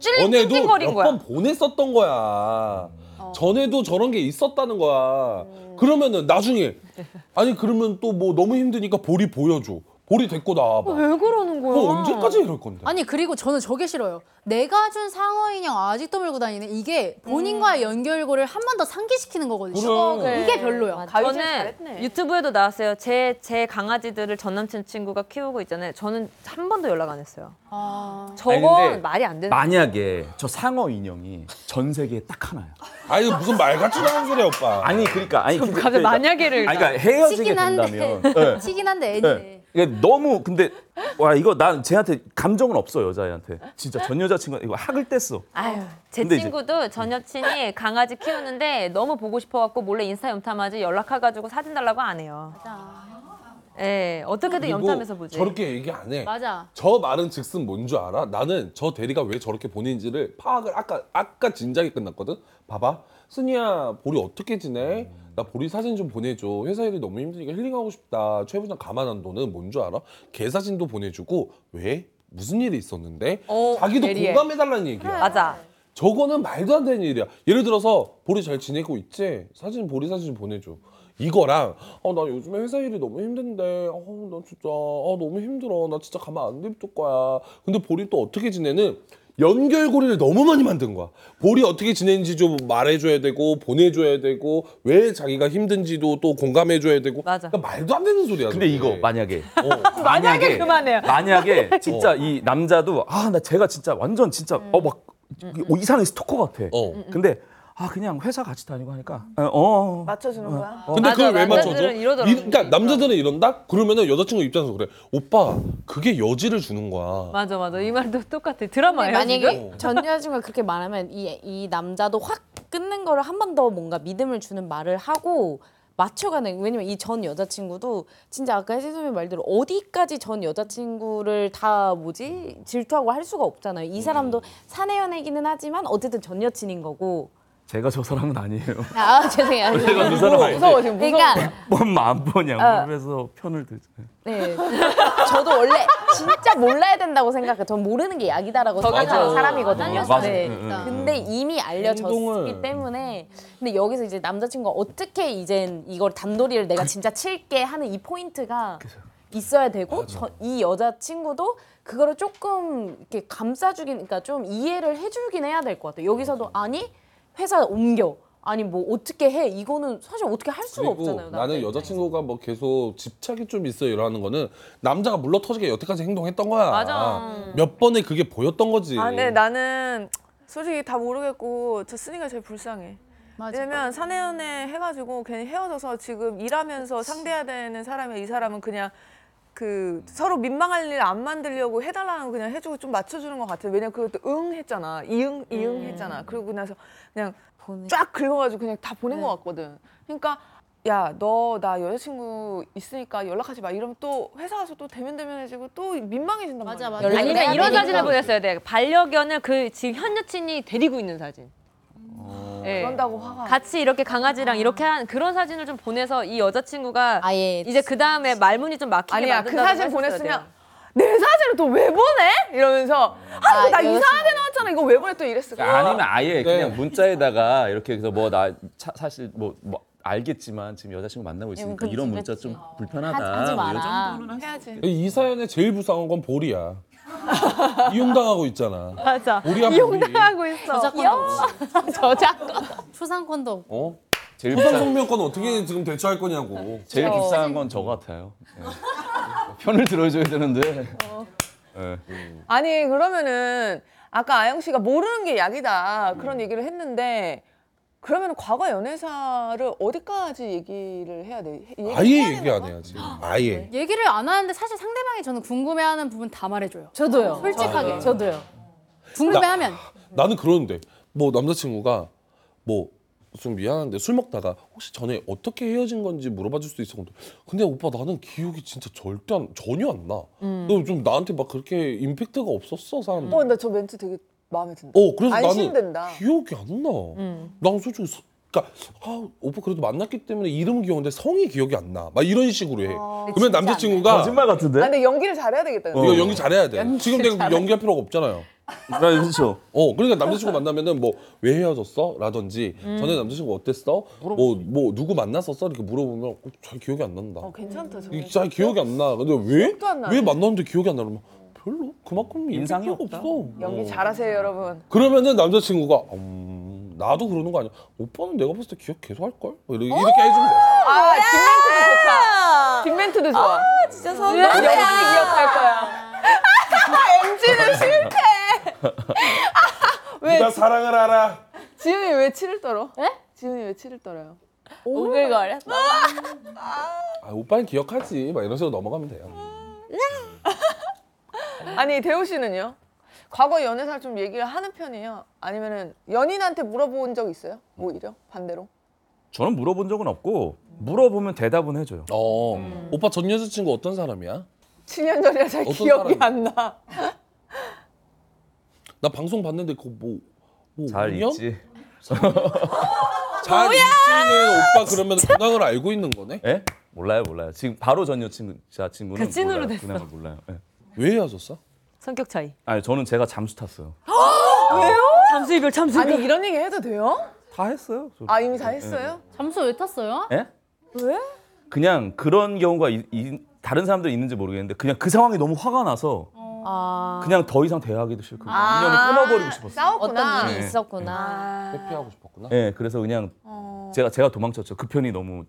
Speaker 6: 전에도
Speaker 5: 찔찔거린
Speaker 6: 몇
Speaker 5: 거야. 어.
Speaker 6: 번 보냈었던 거야. 전에도 저런 게 있었다는 거야.
Speaker 5: 음.
Speaker 6: 그러면은 나중에 아니 그러면 또 뭐 너무 힘드니까 보리 보여줘. 보리 데리고 나와봐.
Speaker 5: 왜 그러는 거야?
Speaker 6: 뭐 언제까지 이럴 건데?
Speaker 4: 아니 그리고 저는 저게 싫어요. 내가 준 상어 인형 아직도 물고 다니네. 이게 본인과의
Speaker 7: 음.
Speaker 4: 연결고를 한 번 더 상기시키는 거거든요.
Speaker 6: 그래.
Speaker 4: 이게 별로야.
Speaker 2: 가위질
Speaker 5: 저는
Speaker 2: 잘했네.
Speaker 5: 유튜브에도 나왔어요. 제, 제 강아지들을 전 남친 친구가 키우고 있잖아요. 저는 한 번도 연락 안 했어요. 저건
Speaker 10: 아니, 근데
Speaker 5: 말이 안 되는
Speaker 10: 만약에 저 상어 인형이 전 세계에 딱 하나야.
Speaker 6: 아니 무슨 말 같지도 않은 소리야 오빠.
Speaker 10: 아니 그러니까 아니 근데
Speaker 5: 갑자기
Speaker 10: 그러니까-
Speaker 5: 만약에를
Speaker 10: 아니 그러니까 헤어지게
Speaker 11: 치긴
Speaker 10: 된다면
Speaker 11: 한데 치긴 한데 애니.
Speaker 10: 네. 그러니까 너무 근데 와 이거 난 쟤한테 감정은 없어 여자애한테 진짜 전 여자친구 이거 학을 뗐어
Speaker 5: 아유, 제
Speaker 10: 근데 이제-
Speaker 5: 친구도 전 여친이 강아지 키우는데 너무 보고 싶어갖고 몰래 인스타 염탐하지 연락해가지고 사진 달라고 안 해요. 예, 어떻게든
Speaker 6: 그리고
Speaker 5: 염탐해서 보지.
Speaker 6: 저렇게 얘기 안 해.
Speaker 4: 맞아.
Speaker 6: 저 말은 즉슨 뭔 줄 알아? 나는 저 대리가 왜 저렇게 본인지를 파악을 아까 아까 진작에 끝났거든. 봐봐, 순이야 보리 어떻게 지내? 나 보리 사진 좀 보내줘. 회사 일이 너무 힘드니까 힐링하고 싶다. 최 부장 감안한 돈은 뭔 줄 알아? 걔 사진도 보내주고 왜? 무슨 일이 있었는데?
Speaker 2: 어,
Speaker 6: 자기도
Speaker 2: 대리해.
Speaker 6: 공감해달라는 얘기야.
Speaker 5: 맞아.
Speaker 6: 저거는 말도 안 되는 일이야. 예를 들어서 보리 잘 지내고 있지? 사진 보리 사진 보내줘. 이거랑 어 나 요즘에 회사 일이 너무 힘든데 어나 진짜 어 너무 힘들어 나 진짜 가만 안 냅둘 거야. 근데 보리 또 어떻게 지내는 연결고리를 너무 많이 만든 거야. 보리 어떻게 지내는지 좀 말해줘야 되고 보내줘야 되고 왜 자기가 힘든지도 또 공감해줘야 되고.
Speaker 5: 맞아.
Speaker 6: 그러니까 말도 안 되는 소리야.
Speaker 10: 근데
Speaker 6: 그게.
Speaker 10: 이거 네. 만약에
Speaker 6: 어.
Speaker 5: 만약에 그만해요.
Speaker 10: 만약에 진짜 이 남자도 아 나 제가 진짜 완전 진짜 어 막 이상한 스토커 같아
Speaker 6: 어.
Speaker 10: 근데 아 그냥 회사 같이 다니고 하니까 어, 어, 어.
Speaker 2: 맞춰주는 거야
Speaker 6: 근데
Speaker 5: 맞아,
Speaker 6: 그걸 왜
Speaker 5: 남자들은
Speaker 6: 맞춰줘?
Speaker 5: 이러더라고. 어.
Speaker 6: 이- 그러니까 남자들은 이런다? 그러면은 여자친구 입장에서 그래. 오빠 그게 여지를 주는 거야.
Speaker 5: 맞아, 맞아. 이 말도 똑같아. 드라마예요. 지금?
Speaker 7: 만약에 네? 전 여자친구가 그렇게 말하면 이, 이 남자도 확 끊는 거를 한 번 더 뭔가 믿음을 주는 말을 하고 맞춰가는 왜냐면 이 전 여자친구도 진짜 아까 혜진님이 말대로 어디까지 전 여자친구를 다 뭐지 질투하고 할 수가 없잖아요. 이 사람도 사내 연애기는 하지만 어쨌든 전 여친인 거고.
Speaker 10: 제가 저 사람은 아니에요
Speaker 7: 아 죄송해요.
Speaker 10: 제가 그 사람 아니에요
Speaker 2: 무서워 지금 무서워
Speaker 7: 그러니까
Speaker 10: 뻔만 보냐고 그래서 편을 들죠
Speaker 7: 네. 저도 원래 진짜 몰라야 된다고 생각해요. 전 모르는 게 약이다라고 생각하는 사람이거든요.
Speaker 10: 음, 맞아.
Speaker 7: 네.
Speaker 10: 응, 응, 응.
Speaker 7: 근데 이미 알려졌기
Speaker 6: 행동을.
Speaker 7: 때문에 근데 여기서 이제 남자친구가 어떻게 이젠 이걸 단도리를 내가 진짜 칠게 하는 이 포인트가 있어야 되고 저, 이 여자친구도 그거를 조금 이렇게 감싸주긴 그러니까 좀 이해를 해주긴 해야 될 것 같아요. 여기서도 아니 회사 옮겨 아니 뭐 어떻게 해 이거는 사실 어떻게 할 수가
Speaker 6: 그리고
Speaker 7: 없잖아요.
Speaker 6: 나는 여자친구가 뭐 계속 집착이 좀 있어 이러는 거는 남자가 물러 터지게 여태까지 행동했던 거야.
Speaker 5: 맞아. 네,
Speaker 6: 몇 번에 그게 보였던 거지.
Speaker 2: 아 근데 나는 솔직히 다 모르겠고 저 쓰니가 제일 불쌍해
Speaker 4: 맞아.
Speaker 2: 왜냐면 사내연애 해가지고 괜히 헤어져서 지금 일하면서 상대해야 되는 사람이 이 사람은 그냥 그 서로 민망할 일 안 만들려고 해달라는 거 그냥 해주고 좀 맞춰주는 것 같아. 왜냐면 그것도 응 했잖아. 이응
Speaker 5: 음. 네.
Speaker 2: 이응 했잖아. 그러고 나서 그냥 쫙 긁어가지고 그냥 다 보낸 것 같거든. 그러니까 야, 너 나 여자친구 있으니까 연락하지 마. 이러면 또 회사 가서 또 대면대면해지고 또 민망해진단
Speaker 12: 맞아,
Speaker 2: 말이야.
Speaker 12: 맞아.
Speaker 2: 연락이
Speaker 12: 아니면 내가
Speaker 2: 안
Speaker 5: 아니면 이런
Speaker 2: 되니까.
Speaker 5: 사진을 보냈어야 돼. 반려견을 그 지금 현 여친이 데리고 있는 사진. 예.
Speaker 2: 그런다고 화가.
Speaker 5: 같이 이렇게 강아지랑 이렇게 한 그런 사진을 좀 보내서 이 여자친구가
Speaker 12: 아예
Speaker 5: 이제 그 다음에 말문이 좀 막히게
Speaker 2: 아니야, 그
Speaker 5: 만든다고
Speaker 2: 사진
Speaker 5: 했었어야
Speaker 2: 보냈으면
Speaker 5: 돼요.
Speaker 2: 내 사진을 또 왜 보내? 이러면서 아, 이거 나
Speaker 12: 아,
Speaker 2: 이상한 애 나왔잖아. 이거 왜 보내? 또 이랬을 거야.
Speaker 9: 그러니까 아니면 아예 그냥 문자에다가 이렇게 해서 뭐 나 사실 뭐, 뭐 알겠지만 지금 여자친구 만나고 있으니까
Speaker 12: 그럼
Speaker 9: 이런
Speaker 12: 집에
Speaker 9: 문자 좀 불편하다.
Speaker 12: 하지- 하지
Speaker 9: 뭐
Speaker 12: 마라.
Speaker 9: 이 정도는 할
Speaker 2: 해야지.
Speaker 6: 이 사연에 제일 불쌍한 건 보리야. 이용당하고 있잖아.
Speaker 5: 맞아.
Speaker 6: 보리야 보리.
Speaker 5: 이용당하고 있어.
Speaker 12: 저작권 초상권도 없고
Speaker 9: 어? 제일
Speaker 6: 소상
Speaker 9: 불쌍
Speaker 6: 성명권 어떻게 지금 대처할 거냐고.
Speaker 9: 제일 불쌍한 건 저 같아요. 예. 편을 들어줘야 되는데. 예.
Speaker 2: 아니 그러면은 아까 아영 씨가 모르는 게 약이다 그런
Speaker 9: 음.
Speaker 2: 얘기를 했는데 그러면 과거 연애사를 어디까지 얘기를 해야 돼? 얘기를 해야
Speaker 6: 아예
Speaker 2: 되나?
Speaker 6: 얘기 안 해야지. 아예.
Speaker 4: 얘기를 안 하는데 사실 상대방이 저는 궁금해하는 부분 다 말해줘요.
Speaker 7: 저도요.
Speaker 4: 솔직하게.
Speaker 7: 저도요.
Speaker 4: 궁금해하면
Speaker 6: 나는 그러는데 뭐 남자친구가 뭐 좀 미안한데 술 먹다가 혹시 전에 어떻게 헤어진 건지 물어봐줄 수 있어 근데 오빠 나는 기억이 진짜 절대 안, 전혀 안 나. 너 좀 나한테 막 그렇게 임팩트가 없었어 사람들.
Speaker 2: 어, 나 저 멘트 되게 마음에 든다.
Speaker 6: 어 그래서
Speaker 2: 안심된다.
Speaker 6: 나는 기억이 안 나. 난 솔직히 서- 그러니까 아 오빠 그래도 만났기 때문에 이름은 기억인데 성이 기억이 안 나. 막 이런 식으로 해. 그러면 남자친구가
Speaker 9: 거짓말 같은데?
Speaker 2: 아, 근데 연기를 잘해야 되겠다.
Speaker 6: 이거 연기 잘해야 돼. 지금 내가 연기할 필요가 없잖아요.
Speaker 9: 그렇죠.
Speaker 6: 어, 그러니까 남자친구 만나면은 뭐 왜 헤어졌어? 라든지
Speaker 2: 음.
Speaker 6: 전에 남자친구 어땠어? 뭐 뭐 누구 만났었어? 이렇게 물어보면 어, 잘 기억이 안 난다.
Speaker 2: 어, 괜찮다. 저
Speaker 6: 이게 잘 기억이 안 나. 근데 왜?
Speaker 2: 기억도 안 나네.
Speaker 6: 왜 만났는데 기억이 안 나? 그러면 별로 그만큼
Speaker 9: 인상이
Speaker 6: 인상이 없어.
Speaker 9: 없다.
Speaker 2: 연기
Speaker 6: 어.
Speaker 2: 잘하세요, 여러분.
Speaker 6: 그러면은 남자친구가 음, 나도 그러는 거 아니야? 오빠는 내가 봤을 때 기억 계속 할 걸? 뭐 이렇게 이렇게 해주면 돼.
Speaker 2: 아, 뒷멘트도 좋다. 뒷멘트도 좋아.
Speaker 5: 진짜
Speaker 7: 어,
Speaker 2: 영진이 기억할 거야. MG는 싫대. 왜
Speaker 13: 나 사랑을 알아.
Speaker 2: 지훈이 왜 치를 떨어? 에? 지훈이 왜 치를 떨어요?
Speaker 12: 오글거려
Speaker 7: 뭐?
Speaker 6: 아, 오빠는 기억하지. 막 이런 식으로 넘어가면 돼요.
Speaker 2: 아니 대우 씨는요? 과거 연애사를 좀 얘기를 하는 편이에요? 아니면은 연인한테 물어본 적 있어요? 오히려 반대로?
Speaker 9: 저는 물어본 적은 없고 물어보면 대답은 해줘요.
Speaker 6: 어,
Speaker 2: 음.
Speaker 6: 오빠 전 여자친구 어떤 사람이야?
Speaker 2: 7년 전이라 잘
Speaker 6: 어떤
Speaker 2: 기억이
Speaker 6: 사람이-
Speaker 2: 안 나.
Speaker 6: 나 방송 봤는데 그거 뭐, 뭐
Speaker 9: 잘
Speaker 6: 5년?
Speaker 9: 있지.
Speaker 6: 잘 있지는 오빠 그러면 근황을 알고 있는 거네?
Speaker 9: 예? 몰라요, 몰라요. 지금 바로 전 여친 자친구는
Speaker 5: 그 찐으로
Speaker 9: 몰라요.
Speaker 5: 됐어.
Speaker 9: 그나마 몰라요. 예.
Speaker 6: 왜 헤어졌어?
Speaker 5: 성격 차이.
Speaker 9: 아니 저는 제가 잠수 탔어요.
Speaker 5: 잠수 이별 잠수 이별.
Speaker 2: 아니 이런 얘기 해도 돼요?
Speaker 9: 다 했어요. 저는.
Speaker 2: 아 이미 다 했어요?
Speaker 9: 네.
Speaker 4: 잠수 왜 탔어요?
Speaker 9: 예? 왜? 그냥 그런 경우가 이, 이- 다른 사람들 있는지 모르겠는데 그냥 그 상황이 너무 화가 나서 그냥 더 이상 대화하기도 싫고 인연을 끊어버리고 싶었어요.
Speaker 2: 싸웠구나.
Speaker 7: 어떤 일이
Speaker 9: 네.
Speaker 7: 있었구나.
Speaker 6: 회피하고 싶었구나.
Speaker 9: 예, 그래서 그냥 제가 제가 도망쳤죠. 그 편이 너무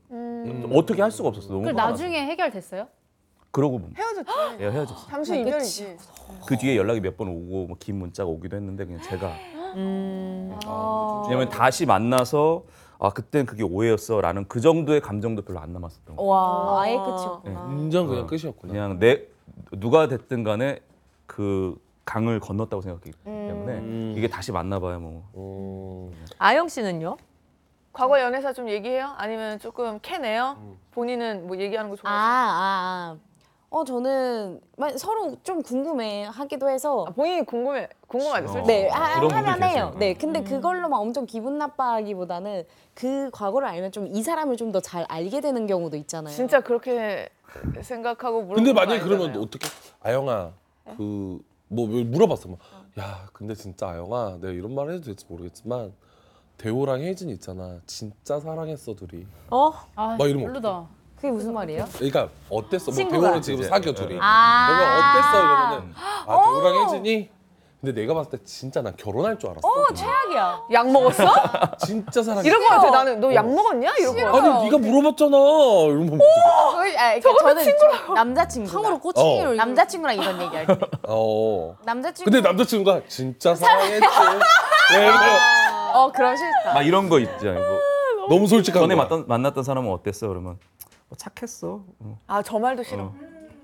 Speaker 9: 어떻게 할 수가 없었어. 너무
Speaker 4: 그걸
Speaker 9: 화가 나서.
Speaker 4: 나중에 해결됐어요?
Speaker 9: 그러고 보면
Speaker 2: 헤어졌지.
Speaker 9: 예, 헤어졌어. 요
Speaker 2: 잠시 이별이지.
Speaker 9: 그 뒤에 연락이 몇 번 오고 뭐긴 문자가 오기도 했는데 그냥 제가 아, 왜냐면 다시 만나서 아 그땐 그게 오해였어라는 그 정도의 감정도 별로 안 남았었던 거.
Speaker 7: 와, 아예 끝이었구나.
Speaker 6: 완전 그냥
Speaker 9: 어.
Speaker 6: 끝이었구나.
Speaker 9: 그냥 내 누가 됐든 간에 그 강을 건넜다고 생각했기
Speaker 7: 음.
Speaker 9: 때문에 이게 다시 만나봐야 뭐
Speaker 5: 네. 아영 씨는요?
Speaker 2: 과거 연애사 좀 얘기해요? 아니면 조금 캐내요?
Speaker 6: 음.
Speaker 2: 본인은 뭐 얘기하는 거
Speaker 7: 아,
Speaker 2: 좋아해요?
Speaker 7: 아, 아. 어, 저는 막 서로 좀 궁금해 하기도 해서.
Speaker 2: 아, 본인이 궁금해 궁금하죠
Speaker 9: 어.
Speaker 2: 솔직히.
Speaker 7: 네,
Speaker 9: 아,
Speaker 7: 하,
Speaker 9: 그런 분들
Speaker 7: 하면 해요.
Speaker 9: 계세요.
Speaker 7: 네, 근데 그걸로 막 엄청 기분 나빠하기보다는 그 과거를 알면 좀 이 사람을 좀 더 잘 알게 되는 경우도 있잖아요.
Speaker 2: 진짜 그렇게 생각하고 물어.
Speaker 6: 근데 만약에 그러면 어떻게? 아영아, 그 뭐 물어봤어. 막. 야, 근데 진짜 아영아, 내가 이런 말 해도 될지 모르겠지만 대호랑 혜진 있잖아. 진짜 사랑했어 둘이.
Speaker 5: 어?
Speaker 4: 아,
Speaker 6: 막 이러면
Speaker 4: 별로다.
Speaker 7: 그게 무슨 말이에요?
Speaker 9: 음,
Speaker 6: 그러니까 어땠어? 뭐
Speaker 5: 친구가.
Speaker 6: 대호랑 지금 사겨
Speaker 2: 네,
Speaker 6: 둘이.
Speaker 12: 아
Speaker 6: 내가 어땠어 이러면은 아 대호랑 혜진이. 근데 내가 봤을 때 진짜 난 결혼할 줄 알았어.
Speaker 5: 최악이야.
Speaker 2: 약 먹었어?
Speaker 6: 진짜 사랑했어.
Speaker 2: 이런 거 같아. 나는 너 약 먹었냐? 이런 거. 같아.
Speaker 6: 아니 네가 물어봤잖아. 이러면 어떡해.
Speaker 7: 저희, 아, 그러니까 저는 저- 남자친구랑.
Speaker 4: 탕으로 꼬치기로
Speaker 6: 어.
Speaker 4: 이거-
Speaker 7: 남자친구랑 이런 얘기할 때.
Speaker 6: 어.
Speaker 7: 남자친구.
Speaker 6: 근데 남자친구가 진짜 사랑했지. 네, 네.
Speaker 7: 어, 그럼 싫다.
Speaker 9: 막 이런 거 있죠. 뭐
Speaker 6: 너무 솔직한
Speaker 2: 네.
Speaker 9: 전에
Speaker 6: 거야.
Speaker 9: 만났던, 만났던 사람은 어땠어? 그러면 뭐 착했어. 어.
Speaker 2: 아 저 말도 싫어.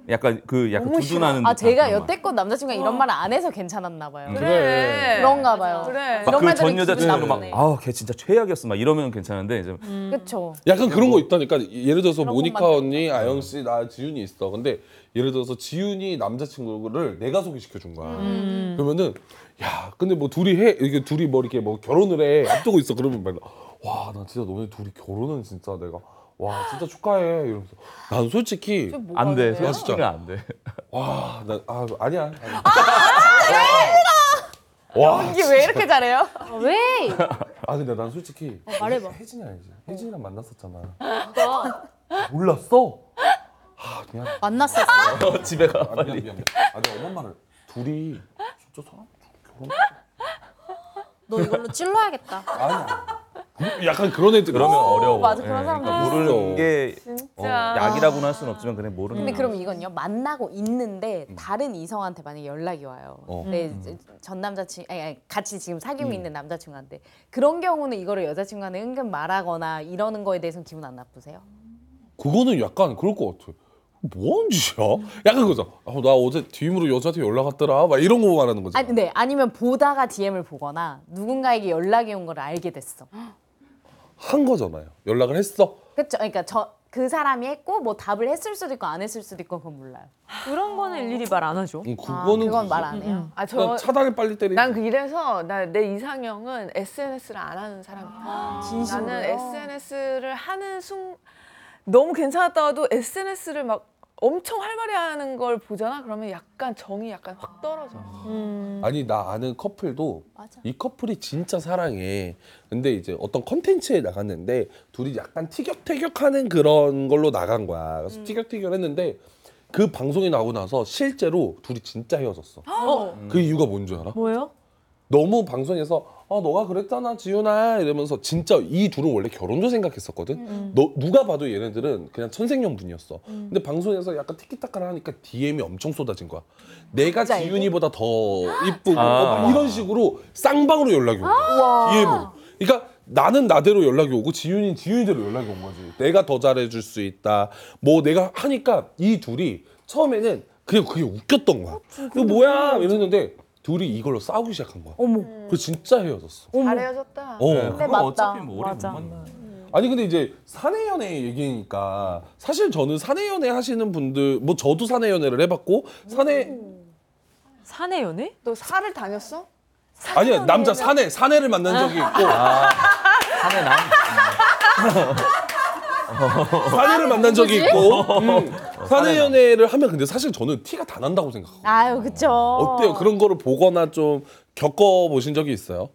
Speaker 9: 약간 그 약간
Speaker 14: 너무 싫어.
Speaker 9: 두둔하는
Speaker 7: 아
Speaker 9: 듯한
Speaker 7: 제가
Speaker 9: 그런 말.
Speaker 7: 여태껏 남자친구가 이런 말을 안 해서 괜찮았나 봐요.
Speaker 14: 그래.
Speaker 7: 그런가 봐요.
Speaker 14: 그래.
Speaker 7: 이런
Speaker 9: 네. 막 그
Speaker 7: 말들은
Speaker 9: 전
Speaker 7: 기분
Speaker 9: 여자친구 막
Speaker 7: 나쁘네. 음,
Speaker 9: 아우 걔 진짜 최악이었어 막 이러면 괜찮은데 이제
Speaker 7: 그쵸.
Speaker 6: 약간 그런 거 있다니까 예를 들어서
Speaker 7: 그런
Speaker 6: 모니카
Speaker 7: 것만
Speaker 6: 언니 아영 씨 나 지윤이 있어 근데 예를 들어서 지윤이 남자친구를 내가 소개시켜 준
Speaker 7: 음.
Speaker 6: 거야 그러면은 야 근데 뭐 둘이 해 이게 둘이 뭐 이렇게 뭐 결혼을 해 앞두고 있어 그러면 막와나 진짜 너네 둘이 결혼은 진짜 내가 와 진짜 축하해 이러면서 난 솔직히
Speaker 7: 뭐-
Speaker 9: 안돼
Speaker 6: 그래요?
Speaker 9: 솔직히는 안돼
Speaker 6: 와나 아, 아니야
Speaker 7: 아,
Speaker 6: 와,
Speaker 14: 이게 왜 이렇게 잘해요?
Speaker 7: 왜?
Speaker 6: 아 근데 난 솔직히
Speaker 7: 어, 말해봐.
Speaker 6: 혜진이 아니지 혜진이랑 만났었잖아 몰랐어? 아 그냥
Speaker 4: 만났어.
Speaker 9: 집에 가
Speaker 6: 아, 미안, 미안, 미안. 아, 내가 엄마 말을 둘이 진짜 사람 결혼
Speaker 4: 너 이걸로 찔러야겠다.
Speaker 6: 아니야. 약간 그런 애들
Speaker 9: 그러면 어려워
Speaker 7: 맞아, 그런
Speaker 9: 예,
Speaker 7: 사람
Speaker 9: 그러니까
Speaker 7: 있어.
Speaker 9: 모르는 게 어,
Speaker 14: 진짜.
Speaker 9: 약이라고는 할 수는 없지만 그냥 모르는 아,
Speaker 7: 근데
Speaker 9: 거.
Speaker 7: 그럼 이건요 만나고 있는데 다른 이성한테 만약에 연락이 와요. 네, 전 남자친 아니, 아니 같이 지금 사귀고 있는 남자친구한테 그런 경우는 이거를 여자친구한테 은근 말하거나 이러는 거에 대해서는 기분 안 나쁘세요?
Speaker 6: 그거는 약간 그럴 것 같아. 뭔 짓이야? 약간 그죠. 어, 나 어제 DM으로 여자한테 연락 왔더라. 막 이런 거 말하는 거지.
Speaker 7: 아니 네 아니면 보다가 DM을 보거나 누군가에게 연락이 온 걸 알게 됐어.
Speaker 6: 한 거잖아요. 연락을 했어.
Speaker 7: 그렇죠. 그러니까 저 그 사람이 했고 뭐 답을 했을 수도 있고 안 했을 수도 있고 그건 몰라요.
Speaker 5: 그런 거는 일일이 말 안 하죠.
Speaker 6: 음,
Speaker 7: 아,
Speaker 6: 그거는
Speaker 7: 그건 말 안 해요.
Speaker 14: 아,
Speaker 6: 그냥
Speaker 14: 저,
Speaker 6: 차단을 빨리 때리.
Speaker 14: 난 그- 이래서 나 내 이상형은 SNS를 안 하는 사람이야.
Speaker 7: 진심으로.
Speaker 14: 나는 SNS를 하는 순 너무 괜찮았다가도 SNS를 막 엄청 활발히 하는 걸 보잖아. 그러면 약간 정이 약간 확 떨어져. 음.
Speaker 6: 아니 나 아는 커플도 이 커플이 진짜 사랑해. 근데 이제 어떤 컨텐츠에 나갔는데 둘이 약간 티격태격하는 그런 걸로 나간 거야. 그래서 티격태격했는데 그 방송이 나오고 나서 실제로 둘이 진짜 헤어졌어. 그 이유가 뭔지 알아?
Speaker 5: 뭐예요?
Speaker 6: 너무 방송에서 아 너가 그랬잖아 지윤아 이러면서 진짜 이 둘은 원래 결혼도 생각했었거든. 너 누가 봐도 얘네들은 그냥 천생연분이었어. 근데 방송에서 약간 티키타카를 하니까 DM이 엄청 쏟아진 거야. 내가 지윤이보다 더 이쁘고 어,
Speaker 9: 아.
Speaker 6: 막 이런 식으로 쌍방으로 연락이 온 거야. DM으로. 그러니까 나는 나대로 연락이 오고 지윤이 지윤이대로 연락이 온 거지. 내가 더 잘해줄 수 있다. 뭐 내가 하니까 이 둘이 처음에는 그냥 그게 어, 웃겼던 거야. 이거 뭐야 이랬는데 둘이 이걸로 싸우기 시작한 거야.
Speaker 7: 어머.
Speaker 6: 그 진짜 헤어졌어.
Speaker 14: 잘 헤어졌다.
Speaker 6: 어.
Speaker 9: 네, 그거
Speaker 7: 맞다.
Speaker 9: 어차피 뭐 오래
Speaker 7: 맞아.
Speaker 9: 못 만나.
Speaker 6: 아니 근데 이제 사내 연애 얘기니까 사실 저는 사내 연애 하시는 분들 뭐 저도 사내 연애를 해봤고 사내
Speaker 5: 사내 연애?
Speaker 14: 너 살을 다녔어?
Speaker 6: 아니야 남자 사내 사내를 만난 적이 있고 아.
Speaker 9: 사내 남.
Speaker 6: 사내를 만난 적이 있고 음, 사내 연애를 하면 근데 사실 저는 티가 다 난다고 생각하고
Speaker 7: 아유 그쵸.
Speaker 6: 어때요 그런 거를 보거나 좀 겪어 보신 적이 있어요?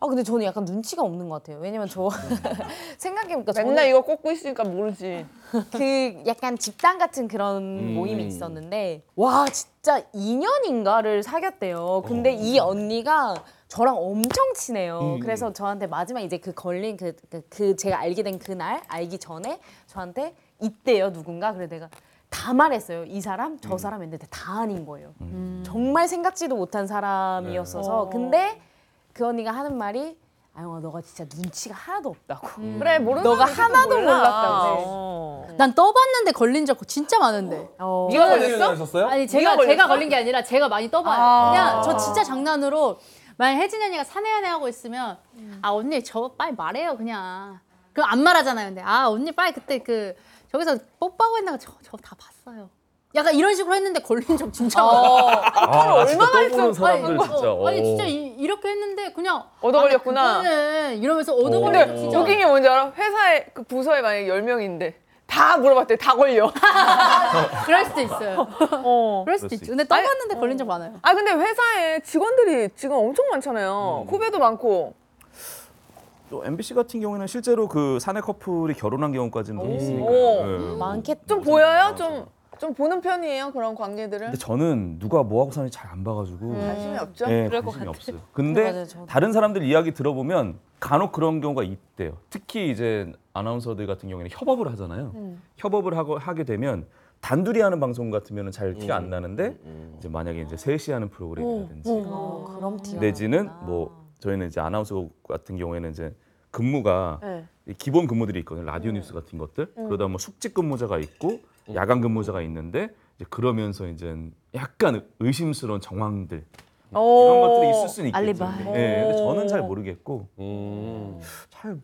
Speaker 7: 아 근데 저는 약간 눈치가 없는 것 같아요. 왜냐면 저 네. 생각해보니까 저는
Speaker 14: 맨날 이거 꽂고 있으니까 모르지.
Speaker 7: 그 약간 집단 같은 그런 모임이 있었는데 와 진짜 2년인가를 사귀었대요. 근데 이 언니가 저랑 엄청 친해요. 그래서 저한테 마지막 이제 그 걸린 그, 그, 그 제가 알게 된 그날 알기 전에 저한테 있대요 누군가. 그래 내가 다 말했어요. 이 사람 저 사람 했는데 다 아닌 거예요. 정말 생각지도 못한 사람이었어서 근데 그 언니가 하는 말이 아영아 너가 진짜 눈치가 하나도 없다고.
Speaker 14: 그래 모르는
Speaker 7: 너가
Speaker 14: 사람이
Speaker 7: 하나도
Speaker 14: 몰라. 어.
Speaker 7: 몰랐다고.
Speaker 4: 난 떠봤는데 걸린 적 진짜 많은데.
Speaker 7: 어.
Speaker 14: 네가 걸렸어?
Speaker 6: 하셨어요?
Speaker 4: 아니
Speaker 14: 네가
Speaker 4: 제가
Speaker 14: 걸렸어?
Speaker 4: 제가 걸린 게 아니라 제가 많이 떠봐요.
Speaker 14: 아.
Speaker 4: 그냥 저 진짜 장난으로 만약 혜진 언니가 사내 연애하고 있으면 아 언니 저 빨리 말해요 그냥. 그럼 안 말하잖아요. 근데 아 언니 빨리 그때 그 저기서 뽀뽀하고 있는 거저저 다 봤어요. 약간 이런 식으로 했는데 걸린 적 진짜 많아요.
Speaker 9: 아, 나 진짜 떠보는 사람들
Speaker 4: 아니, 어,
Speaker 9: 진짜.
Speaker 4: 아니
Speaker 9: 오.
Speaker 4: 진짜 이, 렇게 했는데 그냥
Speaker 14: 얻어
Speaker 4: 아,
Speaker 14: 걸렸구나.
Speaker 4: 그거는 이러면서 얻어 걸린 적
Speaker 14: 근데
Speaker 4: 진짜
Speaker 14: 웃긴 게 뭔지 알아? 회사에 그 부서에 만약에 10명인데 다 물어봤대. 다 걸려.
Speaker 4: 그럴 수도 있어요. 어.
Speaker 14: 어.
Speaker 4: 그럴 수도 있죠. 근데 떠봤는데 걸린 적 많아요.
Speaker 14: 아 근데 회사에 직원들이 지금 엄청 많잖아요. 후배도 많고.
Speaker 9: 또 MBC 같은 경우에는 실제로 그 사내 커플이 결혼한 경우까지는 네. 있으니까.
Speaker 14: 오. 음.
Speaker 7: 많겠다.
Speaker 14: 좀 보여요? 좀, 좀 보는 편이에요? 그런 관계들을?
Speaker 9: 근데 저는 누가 뭐 하고 사는지 잘 안 봐가지고.
Speaker 7: 음.
Speaker 14: 관심이 없죠?
Speaker 9: 예, 관심이 없어요. 근데
Speaker 7: 맞아요, 저도.
Speaker 9: 다른 사람들 이야기 들어보면 간혹 그런 경우가 있대요. 특히 이제 아나운서들 같은 경우에는 협업을 하잖아요.
Speaker 7: 음.
Speaker 9: 협업을 하고 하게 되면 단둘이 하는 방송 같으면 잘
Speaker 14: 음.
Speaker 9: 티가 안 나는데 이제 만약에 이제 셋이 하는 프로그램이라든지
Speaker 7: 어, 그럼 티
Speaker 9: 내지는 뭐 저희는 이제 아나운서 같은 경우에는 이제 근무가
Speaker 14: 네.
Speaker 9: 이
Speaker 2: 음.
Speaker 9: 기본 근무들이 있거든요. 라디오 뉴스 같은 것들. 그러다 뭐 숙직 근무자가 있고 야간 근무자가 있는데 이제 그러면서 이제 약간 의심스러운 정황들
Speaker 2: 오.
Speaker 9: 이런 것들이 있을 수는 있겠죠.
Speaker 5: 알리바이.
Speaker 9: 예, 근데 저는 잘 모르겠고
Speaker 6: 음.
Speaker 9: 잘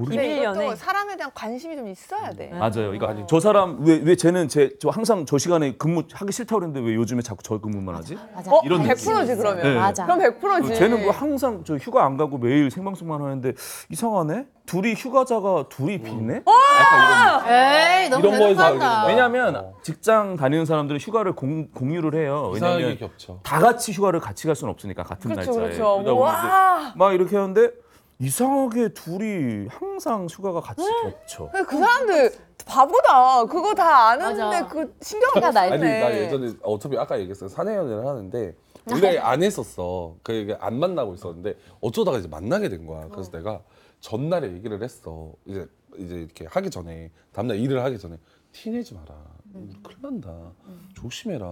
Speaker 7: 네,
Speaker 2: 근데
Speaker 9: 모르겠.
Speaker 2: 이것도
Speaker 5: 연애.
Speaker 2: 사람에 대한 관심이 좀 있어야 돼.
Speaker 9: 맞아요. 이거 아니 저 사람 왜 왜 쟤는 제 저 항상 저 시간에 근무 하기 싫다고 그랬는데 왜 요즘에 자꾸 저 근무만 하지?
Speaker 15: 맞아.
Speaker 2: 어,
Speaker 9: 이런
Speaker 2: 100%지 그러면.
Speaker 9: 네.
Speaker 15: 맞아.
Speaker 2: 그럼 100%지.
Speaker 9: 쟤는 뭐 항상 저 휴가 안 가고 매일 생방송만 하는데 이상하네. 둘이 휴가자가
Speaker 6: 음.
Speaker 9: 둘이 비네? 약간
Speaker 7: 에이 너무
Speaker 6: 이런 거에서 알게
Speaker 2: 어.
Speaker 7: 대단하다.
Speaker 6: 된다.
Speaker 9: 이런. 왜냐면 직장 다니는 사람들은 휴가를 공, 공유를 해요.
Speaker 6: 이상하게
Speaker 9: 왜냐면
Speaker 6: 겹쳐.
Speaker 9: 다 같이 휴가를 같이 갈 수는 없으니까 같은
Speaker 2: 그렇죠,
Speaker 9: 날짜에.
Speaker 2: 그렇죠.
Speaker 9: 그러다 보면 이제
Speaker 2: 와.
Speaker 9: 막 이렇게 하는데 이상하게 둘이 항상 휴가가 같이 겹쳐.
Speaker 2: 근데 그 사람들 바보다. 그거 다 아는데
Speaker 7: 맞아.
Speaker 2: 그 신경을 다
Speaker 6: 아니 나
Speaker 2: 날때.
Speaker 6: 예전에 어차피 아까 얘기했어요 사내연애를 하는데 원래 안 했었어 그안 만나고 있었는데 어쩌다가 이제 만나게 된 거야 그래서 내가 전날에 얘기를 했어 이제 이제 이렇게 하기 전에 다음날 일을 하기 전에 티내지 마라 큰일 난다 조심해라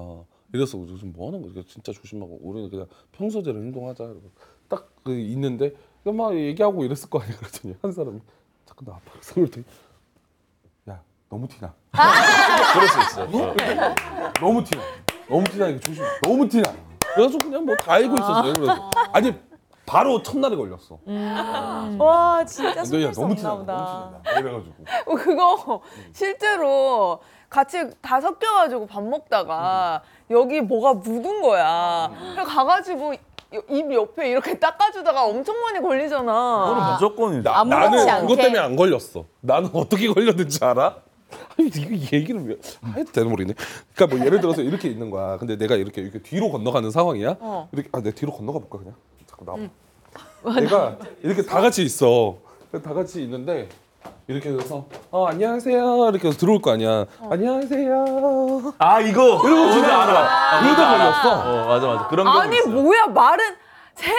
Speaker 6: 이래서 우리 지금 뭐 하는 거야 진짜 조심하고 우리는 그냥 평소대로 행동하자 이러고 딱그 있는데 그냥 막 얘기하고 이랬을 거 아니야 그랬더니 한 사람이 자꾸 나 아파서 그랬더니 야 너무 티나
Speaker 9: 그럴 수 있어.
Speaker 6: 너무 티나. 너무 티나니까 조심. 너무 티나. 그래서 그냥 뭐 다 알고 있었어요. 그래서 아니 바로 첫날에 걸렸어.
Speaker 2: 와 음. 진짜
Speaker 6: 근데 야
Speaker 2: 숨길 수
Speaker 6: 너무 티나.
Speaker 2: 없나
Speaker 6: 너무
Speaker 2: 보다.
Speaker 6: 티나. 이래가지고.
Speaker 2: 어, 그거 실제로 같이 다 섞여가지고 밥 먹다가 여기 뭐가 묻은 거야. 그래서 가가지고 입 옆에 이렇게 닦아주다가 엄청 많이 걸리잖아.
Speaker 9: 그거는 무조건이죠.
Speaker 6: 나, 나는
Speaker 15: 않게.
Speaker 6: 그것 때문에 안 걸렸어. 나는 어떻게 걸렸는지 알아? 아니 이거 얘기를 왜 해도 되는 모르겠네. 그러니까 뭐 예를 들어서 이렇게 있는 거야. 근데 내가 이렇게 이렇게 뒤로 건너가는 상황이야. 이렇게 아 내가 뒤로 건너가 볼까 그냥. 자꾸 나와. 내가 이렇게 다 같이 있어. 다 같이 있는데 이렇게 해서 어 안녕하세요 이렇게 해서 들어올 거 아니야. 안녕하세요.
Speaker 9: 아 이거
Speaker 6: 이러고 진짜
Speaker 9: 알아.
Speaker 6: 그래도 걸렸어.
Speaker 9: 어 맞아 맞아 그런 경우
Speaker 2: 아니 뭐야 말은 세상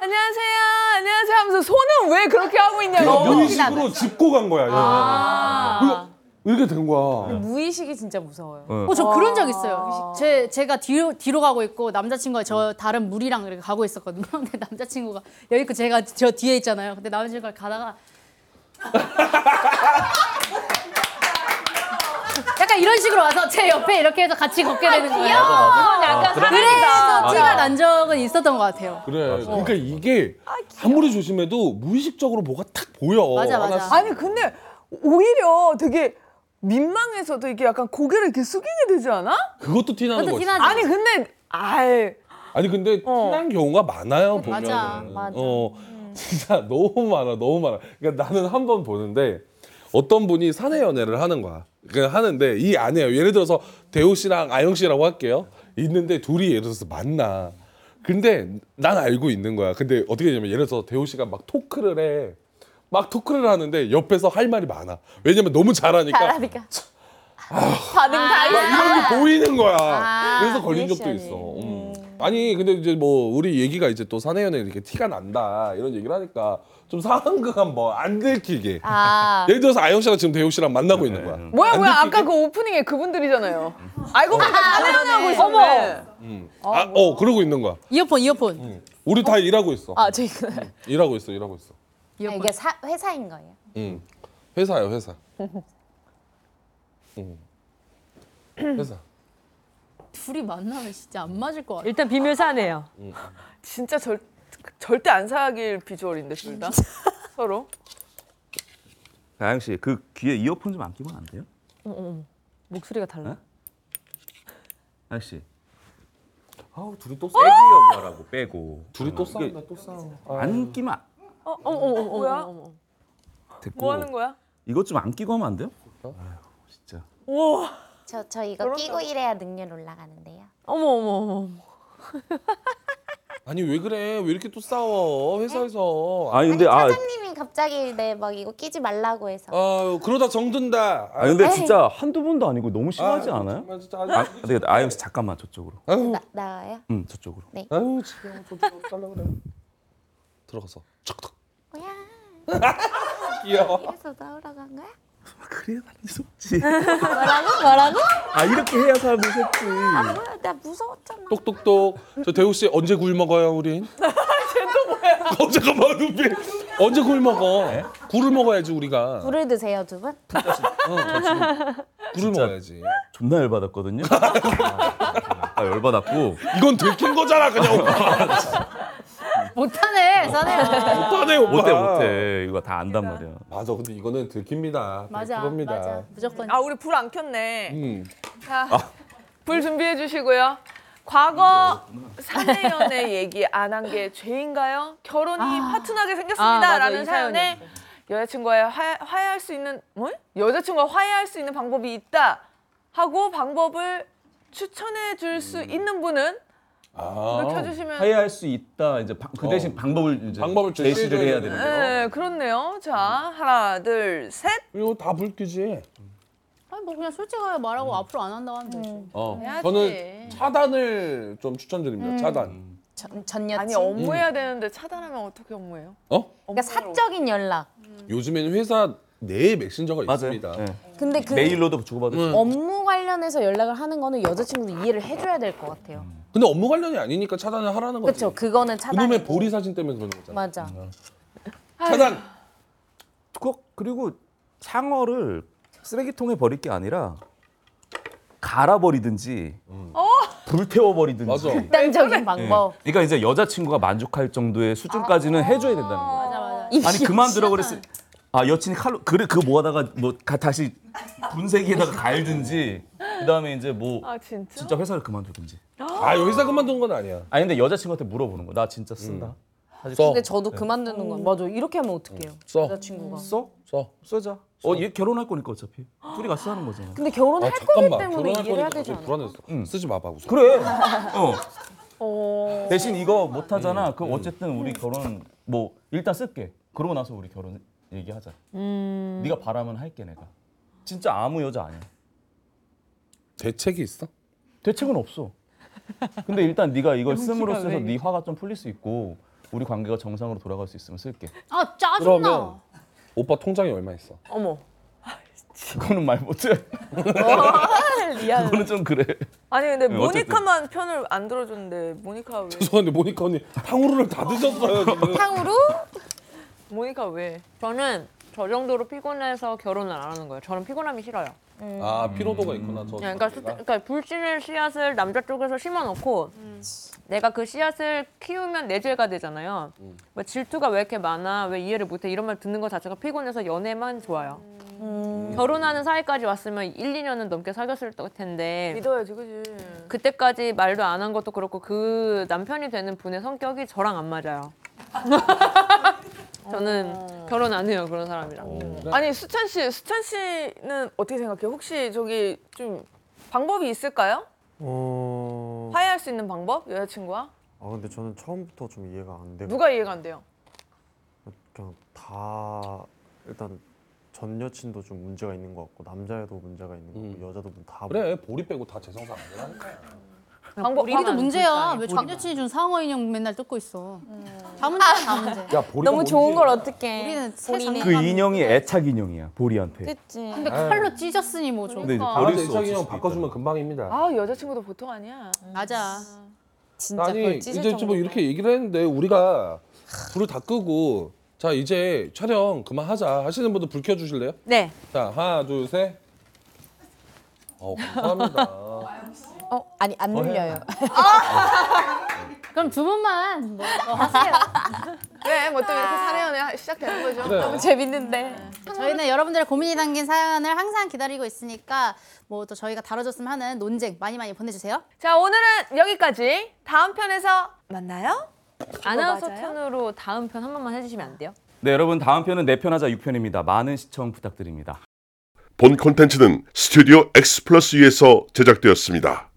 Speaker 2: 안녕하세요 안녕하세요 하면서 손은 왜 그렇게 하고 있냐고.
Speaker 6: 무의식으로 짚고 간 거야. 얘가. 그리고 이렇게 된 거야.
Speaker 15: 무의식이 진짜 무서워요.
Speaker 7: 어, 저 그런 적 있어요. 제, 제가 뒤로, 뒤로 가고 있고 남자친구가 저 다른 무리랑 이렇게 가고 있었거든요. 근데 남자친구가 여기 있고 제가 저 뒤에 있잖아요. 근데 남자친구가 가다가 약간 이런 식으로 와서 제 옆에 이렇게 해서 같이 걷게 되는 거예요.
Speaker 9: 약간
Speaker 7: 그래서 티가 난 적은 있었던 것 같아요.
Speaker 6: 그래. 그러니까 이게 아무리 조심해도 무의식적으로 뭐가 탁 보여.
Speaker 7: 맞아,
Speaker 6: 하나씩.
Speaker 7: 맞아.
Speaker 2: 아니 근데 오히려 되게 민망해서도 이게 약간 고개를 이렇게 숙이게 되지 않아?
Speaker 6: 그것도 티나는
Speaker 5: 뭐,
Speaker 6: 거지.
Speaker 7: 그것도 티나죠. 어.
Speaker 2: 아니 근데 아이
Speaker 6: 아니 근데 티난 경우가 많아요 보면.
Speaker 7: 맞아, 맞아. 음.
Speaker 6: 어 진짜 너무 많아 너무 많아. 그러니까 나는 한 번 보는데 어떤 분이 사내 연애를 하는 거야. 그 하는데 이 안에요. 예를 들어서 대호 씨랑 아영 씨라고 할게요. 있는데 둘이 예를 들어서 만나. 근데 난 알고 있는 거야. 근데 어떻게 되냐면 예를 들어서 대호 씨가 막 토크를 해. 막 토크를 하는데 옆에서 할 말이 많아. 왜냐면 너무 잘하니까
Speaker 2: 반응 다
Speaker 6: 막 이런 게 보이는 거야. 그래서 걸린 적도 있어. 음. 아니 근데 이제 뭐 우리 얘기가 이제 또 사내연애 이렇게 티가 난다 이런 얘기를 하니까 좀 상황극한 뭐안 들키게.
Speaker 15: 아,
Speaker 6: 예를 들어서 아영 씨가 지금 대호 씨랑 만나고 있는 거야.
Speaker 2: 뭐야
Speaker 6: 안
Speaker 2: 뭐야
Speaker 6: 들키게?
Speaker 2: 아까 그 오프닝에 그분들이잖아요. 알고 보니까 사내연애 하고 있었네.
Speaker 6: 아, 어 그러고 있는 거야.
Speaker 7: 이어폰, 이어폰.
Speaker 6: 우리 다 일하고 있어.
Speaker 15: 아, 저 이거.
Speaker 6: 일하고 있어, 일하고 있어.
Speaker 7: 이어폰.
Speaker 15: 이게 사, 회사인 거예요.
Speaker 6: 응. 회사요, 회사. 응. 회사.
Speaker 7: 둘이 만나면 진짜 안 맞을 것 같아요.
Speaker 5: 일단 비밀 사네요.
Speaker 2: 진짜 절 절대 안 사귈 비주얼인데 둘 다. 서로.
Speaker 9: 나영 씨그 귀에 이어폰 좀 안 끼면 안 돼요?
Speaker 5: 목소리가
Speaker 9: 네?
Speaker 5: 달라.
Speaker 9: 나영 씨 아우 둘이 또 세게 여자라고 빼고
Speaker 6: 둘이 또
Speaker 9: 아, 이게
Speaker 6: 싸운다, 또 싸워. 아,
Speaker 9: 안 끼면 안-
Speaker 2: 어, 어, 어, 어, 뭐야?
Speaker 9: 됐고
Speaker 2: 뭐 하는 거야?
Speaker 9: 이것 좀 안 끼고 하면 안 돼요? 아유 진짜
Speaker 2: 우와.
Speaker 4: 저, 저 이거 끼고 일해야 능률 올라가는데요.
Speaker 5: 어머 어머 어머.
Speaker 6: 아니 왜 그래? 왜 이렇게 또 싸워? 회사에서.
Speaker 9: 아니 근데 아,
Speaker 4: 사장님이 갑자기 내 막 이거 끼지 말라고 해서
Speaker 6: 아 그러다 정든다.
Speaker 9: 아 근데 진짜 한두 번도 아니고 너무 심하지 않아요?
Speaker 6: 정말 진짜 아주-
Speaker 9: 아 근데 아영 씨 잠깐만 저쪽으로
Speaker 6: 아유,
Speaker 4: 나, 나와요?
Speaker 9: 응 저쪽으로
Speaker 6: 아유 지금 좀 들어가려고 그래. 들어가서 척척
Speaker 4: 뭐야?
Speaker 6: 귀여워.
Speaker 4: 그래서 나오라고 한 거야?
Speaker 9: 아, 그래야 사람이 속지
Speaker 4: 뭐라고? 뭐라고?
Speaker 9: 아 이렇게 해야 사람이 속지
Speaker 4: 뭐야? 나 무서웠잖아.
Speaker 6: 똑똑똑. 저 대우 씨 언제 굴 먹어요, 우린? 어, 잠깐만 눈빛. 언제 굴 먹어?
Speaker 9: 네?
Speaker 6: 굴을 먹어야지 우리가.
Speaker 7: 물을 드세요 두 분?
Speaker 6: 어, 저 지금 굴을
Speaker 9: 진짜.
Speaker 6: 먹어야지.
Speaker 9: 존나 열받았거든요. 아, 아, 열받았고
Speaker 6: 이건 들킨 거잖아 그냥.
Speaker 4: 못하네 사내야.
Speaker 6: 못하네 오빠.
Speaker 9: 못해 못해 이거 다 안단 말이야.
Speaker 6: 맞아 근데 이거는 들킵니다.
Speaker 4: 맞아
Speaker 6: 그겁니다.
Speaker 4: 맞아 무조건.
Speaker 14: 아 우리 불 안 켰네.
Speaker 6: 음.
Speaker 14: 자, 불 준비해 주시고요. 과거 사내 연애 얘기 안 한 게 죄인가요? 결혼이 파트너하게
Speaker 5: 아, 맞아.
Speaker 14: 생겼습니다라는
Speaker 5: 이
Speaker 14: 사연에 여자친구와 화, 화해할 수 있는 뭐? 여자친구와 화해할 수 있는 방법이 있다 하고 방법을 추천해 줄 수 있는 분은
Speaker 6: 아.
Speaker 14: 불 음, 켜주시면
Speaker 9: 화해할 수 있다. 이제 방- 그 대신
Speaker 6: 어.
Speaker 9: 방법을 이제
Speaker 6: 방법을 좀
Speaker 9: 제시를
Speaker 6: 제시해줘야
Speaker 9: 해야
Speaker 6: 되는
Speaker 9: 되는
Speaker 6: 거예요.
Speaker 9: 데
Speaker 14: 네, 그렇네요. 자 하나 둘 셋.
Speaker 6: 이거 다 불키지.
Speaker 4: 아니 뭐 그냥 솔직하게 말하고 앞으로 안 한다고 하면 되지.
Speaker 7: 음.
Speaker 6: 어.
Speaker 14: 해야지.
Speaker 6: 저는 차단을 좀 추천드립니다.
Speaker 7: 음.
Speaker 6: 차단.
Speaker 9: 음.
Speaker 7: 전, 전 여친.
Speaker 14: 아니 업무해야 되는데 차단하면 어떻게 업무해요?
Speaker 6: 어?
Speaker 7: 그러니까
Speaker 14: 업무를
Speaker 7: 사적인 연락.
Speaker 6: 요즘에는 회사 내에 메신저가
Speaker 9: 맞아요.
Speaker 6: 있습니다.
Speaker 9: 예.
Speaker 7: 근데 그
Speaker 9: 메일로도 주고받을 수
Speaker 14: 네.
Speaker 9: 있고.
Speaker 7: 업무 관련해서 연락을 하는 거는 여자친구도 이해를 해줘야 될 것 같아요.
Speaker 6: 근데 업무 관련이 아니니까 차단을 하라는 거지.
Speaker 7: 그렇죠. 그거는 차단.
Speaker 6: 그놈의 음. 보리 음. 사진 때문에 그러는 거잖아.
Speaker 7: 맞아.
Speaker 6: 차단.
Speaker 9: 그거- 그리고 상어를 쓰레기통에 버릴 게 아니라 갈아 버리든지
Speaker 14: 어?
Speaker 9: 불태워 버리든지. 네.
Speaker 6: 맞아.
Speaker 7: 극단적인
Speaker 4: 네, 뭐.
Speaker 7: 방법.
Speaker 9: 그러니까 이제 여자친구가 만족할 정도의 수준까지는 해줘야 된다는 거예요.
Speaker 4: 아. 맞아 맞아.
Speaker 9: 아니 그만 들어 그랬을 아 여친이 칼로 그래 그거 뭐 하다가 뭐 가- 다시 분쇄기에다가 갈든지 그다음에 이제 뭐
Speaker 14: 아 진짜?
Speaker 9: 진짜 회사를 그만두든지
Speaker 6: 아, 여기 회사 그만둔 건 아니야.
Speaker 9: 아니 근데 여자친구한테 물어보는 거나 진짜 쓴다
Speaker 6: 써.
Speaker 7: 근데 저도 그만두는 건 맞아. 이렇게 하면 어떡해요?
Speaker 6: 써.
Speaker 7: 여자친구가.
Speaker 9: 써?
Speaker 6: 써.
Speaker 9: 써자 어 얘 결혼할 거니까 어차피 둘이 같이 사는 거잖아
Speaker 7: 근데 결혼할
Speaker 6: 아, 잠깐만.
Speaker 7: 거기 때문에
Speaker 6: 결혼할
Speaker 7: 이해를 해야
Speaker 6: 거니까
Speaker 7: 되지
Speaker 6: 갑자기
Speaker 7: 않아요?
Speaker 6: 불안해서.
Speaker 9: 음.
Speaker 6: 쓰지 마봐. 우선.
Speaker 9: 그래 어 음. 대신 이거 못 하잖아 그럼 어쨌든 우리 결혼 뭐 일단 쓸게 그러고 나서 우리 결혼 얘기하자 네가 바라면 할게 내가 진짜 아무 여자 아니야
Speaker 6: 대책이 있어?
Speaker 9: 대책은 없어. 근데 일단 네가 이걸 씀으로써 네 화가 좀 풀릴 수 있고 우리 관계가 정상으로 돌아갈 수 있으면 쓸게.
Speaker 4: 아 짜증나.
Speaker 6: 그러면 오빠 통장에 얼마 있어?
Speaker 14: 어머.
Speaker 9: 그거는 말 못해.
Speaker 14: 미안.
Speaker 9: 그거는 좀 그래.
Speaker 14: 아니 근데
Speaker 9: 네, 어쨌든.
Speaker 14: 모니카만 편을 안 들어줬는데 모니카 왜?
Speaker 6: 죄송한데 모니카 언니 탕후루를 다 드셨어요 지금.
Speaker 14: 모니카 왜?
Speaker 5: 저는 저 정도로 피곤해서 결혼을 안 하는 거예요. 저는 피곤함이 싫어요.
Speaker 7: 음.
Speaker 6: 아 피로도가 있구나 저.
Speaker 5: 네, 그러니까, 스- 그러니까 불씨는 씨앗을 남자 쪽에서 심어놓고 내가 그 씨앗을 키우면 내재가 되잖아요.
Speaker 6: 음.
Speaker 5: 뭐 질투가 왜 이렇게 많아? 왜 이해를 못해? 이런 말 듣는 것 자체가 피곤해서 연애만 좋아요.
Speaker 6: 음.
Speaker 5: 결혼하는 사이까지 왔으면 1, 2년은 넘게 사귀었을 텐데
Speaker 14: 믿어야지 그지.
Speaker 5: 그때까지 말도 안 한 것도 그렇고 그 남편이 되는 분의 성격이 저랑 안 맞아요. 저는 결혼 안 해요 그런
Speaker 6: 어.
Speaker 5: 사람이랑.
Speaker 6: 네.
Speaker 14: 아니 수찬 씨 수찬 씨는 어떻게 생각해요? 혹시 저기 좀 방법이 있을까요?
Speaker 16: 어...
Speaker 14: 화해할 수 있는 방법 여자친구와
Speaker 16: 아 근데 저는 처음부터 좀 이해가 안 되고
Speaker 14: 누가 이해가 안 돼요?
Speaker 16: 그냥 다 일단 전 여친도 좀 문제가 있는 것 같고 남자애도 문제가 있는 것 같고 여자도 다
Speaker 6: 그래 보리 빼고 다 재성사 안 되나?
Speaker 14: 방법
Speaker 4: 우리도 문제야. 왜 장여친이 준 상어 인형 맨날 뜯고 있어. 다 문제야 다 문제.
Speaker 6: 야 보리.
Speaker 7: 너무 좋은 걸 어떻게?
Speaker 4: 우리는 새
Speaker 9: 그
Speaker 4: 장난.
Speaker 9: 인형이 애착 인형이야 보리한테.
Speaker 7: 그치.
Speaker 4: 근데 칼로 찢었으니 뭐 좀.
Speaker 9: 근데 이제
Speaker 6: 아,
Speaker 9: 버릴 수 없을
Speaker 6: 대상이랑
Speaker 9: 수도
Speaker 6: 바꿔주면
Speaker 9: 있잖아.
Speaker 6: 금방입니다.
Speaker 14: 아 여자친구도 보통 아니야.
Speaker 4: 맞아.
Speaker 7: 진짜
Speaker 6: 아니
Speaker 7: 그걸
Speaker 6: 이제
Speaker 7: 찢을
Speaker 6: 좀
Speaker 7: 정도로.
Speaker 6: 이렇게 얘기를 했는데 우리가 불을 다 끄고 자 이제 촬영 그만하자 하시는 분들 불 켜주실래요?
Speaker 5: 네.
Speaker 6: 자 하나 둘 셋. 어 감사합니다.
Speaker 7: 어 아니 안 눌려요.
Speaker 4: 그럼 두 분만 뭐 어, 하세요.
Speaker 14: 네, 뭐또 이렇게 사내연애 시작되는 거죠.
Speaker 6: 그래요.
Speaker 7: 재밌는데.
Speaker 4: 저희는 여러분들의 고민이 담긴 사연을 항상 기다리고 있으니까 뭐 또 저희가 다뤄줬으면 하는 논쟁 많이 많이 보내주세요.
Speaker 14: 자 오늘은 여기까지 다음 편에서 만나요.
Speaker 5: 아나운서 톤으로 다음 편 한 번만 해주시면 안 돼요?
Speaker 9: 네 여러분 다음 편은 내편 하자 6편입니다. 많은 시청 부탁드립니다.
Speaker 1: 본 콘텐츠는 스튜디오 X 플러스 에서 제작되었습니다.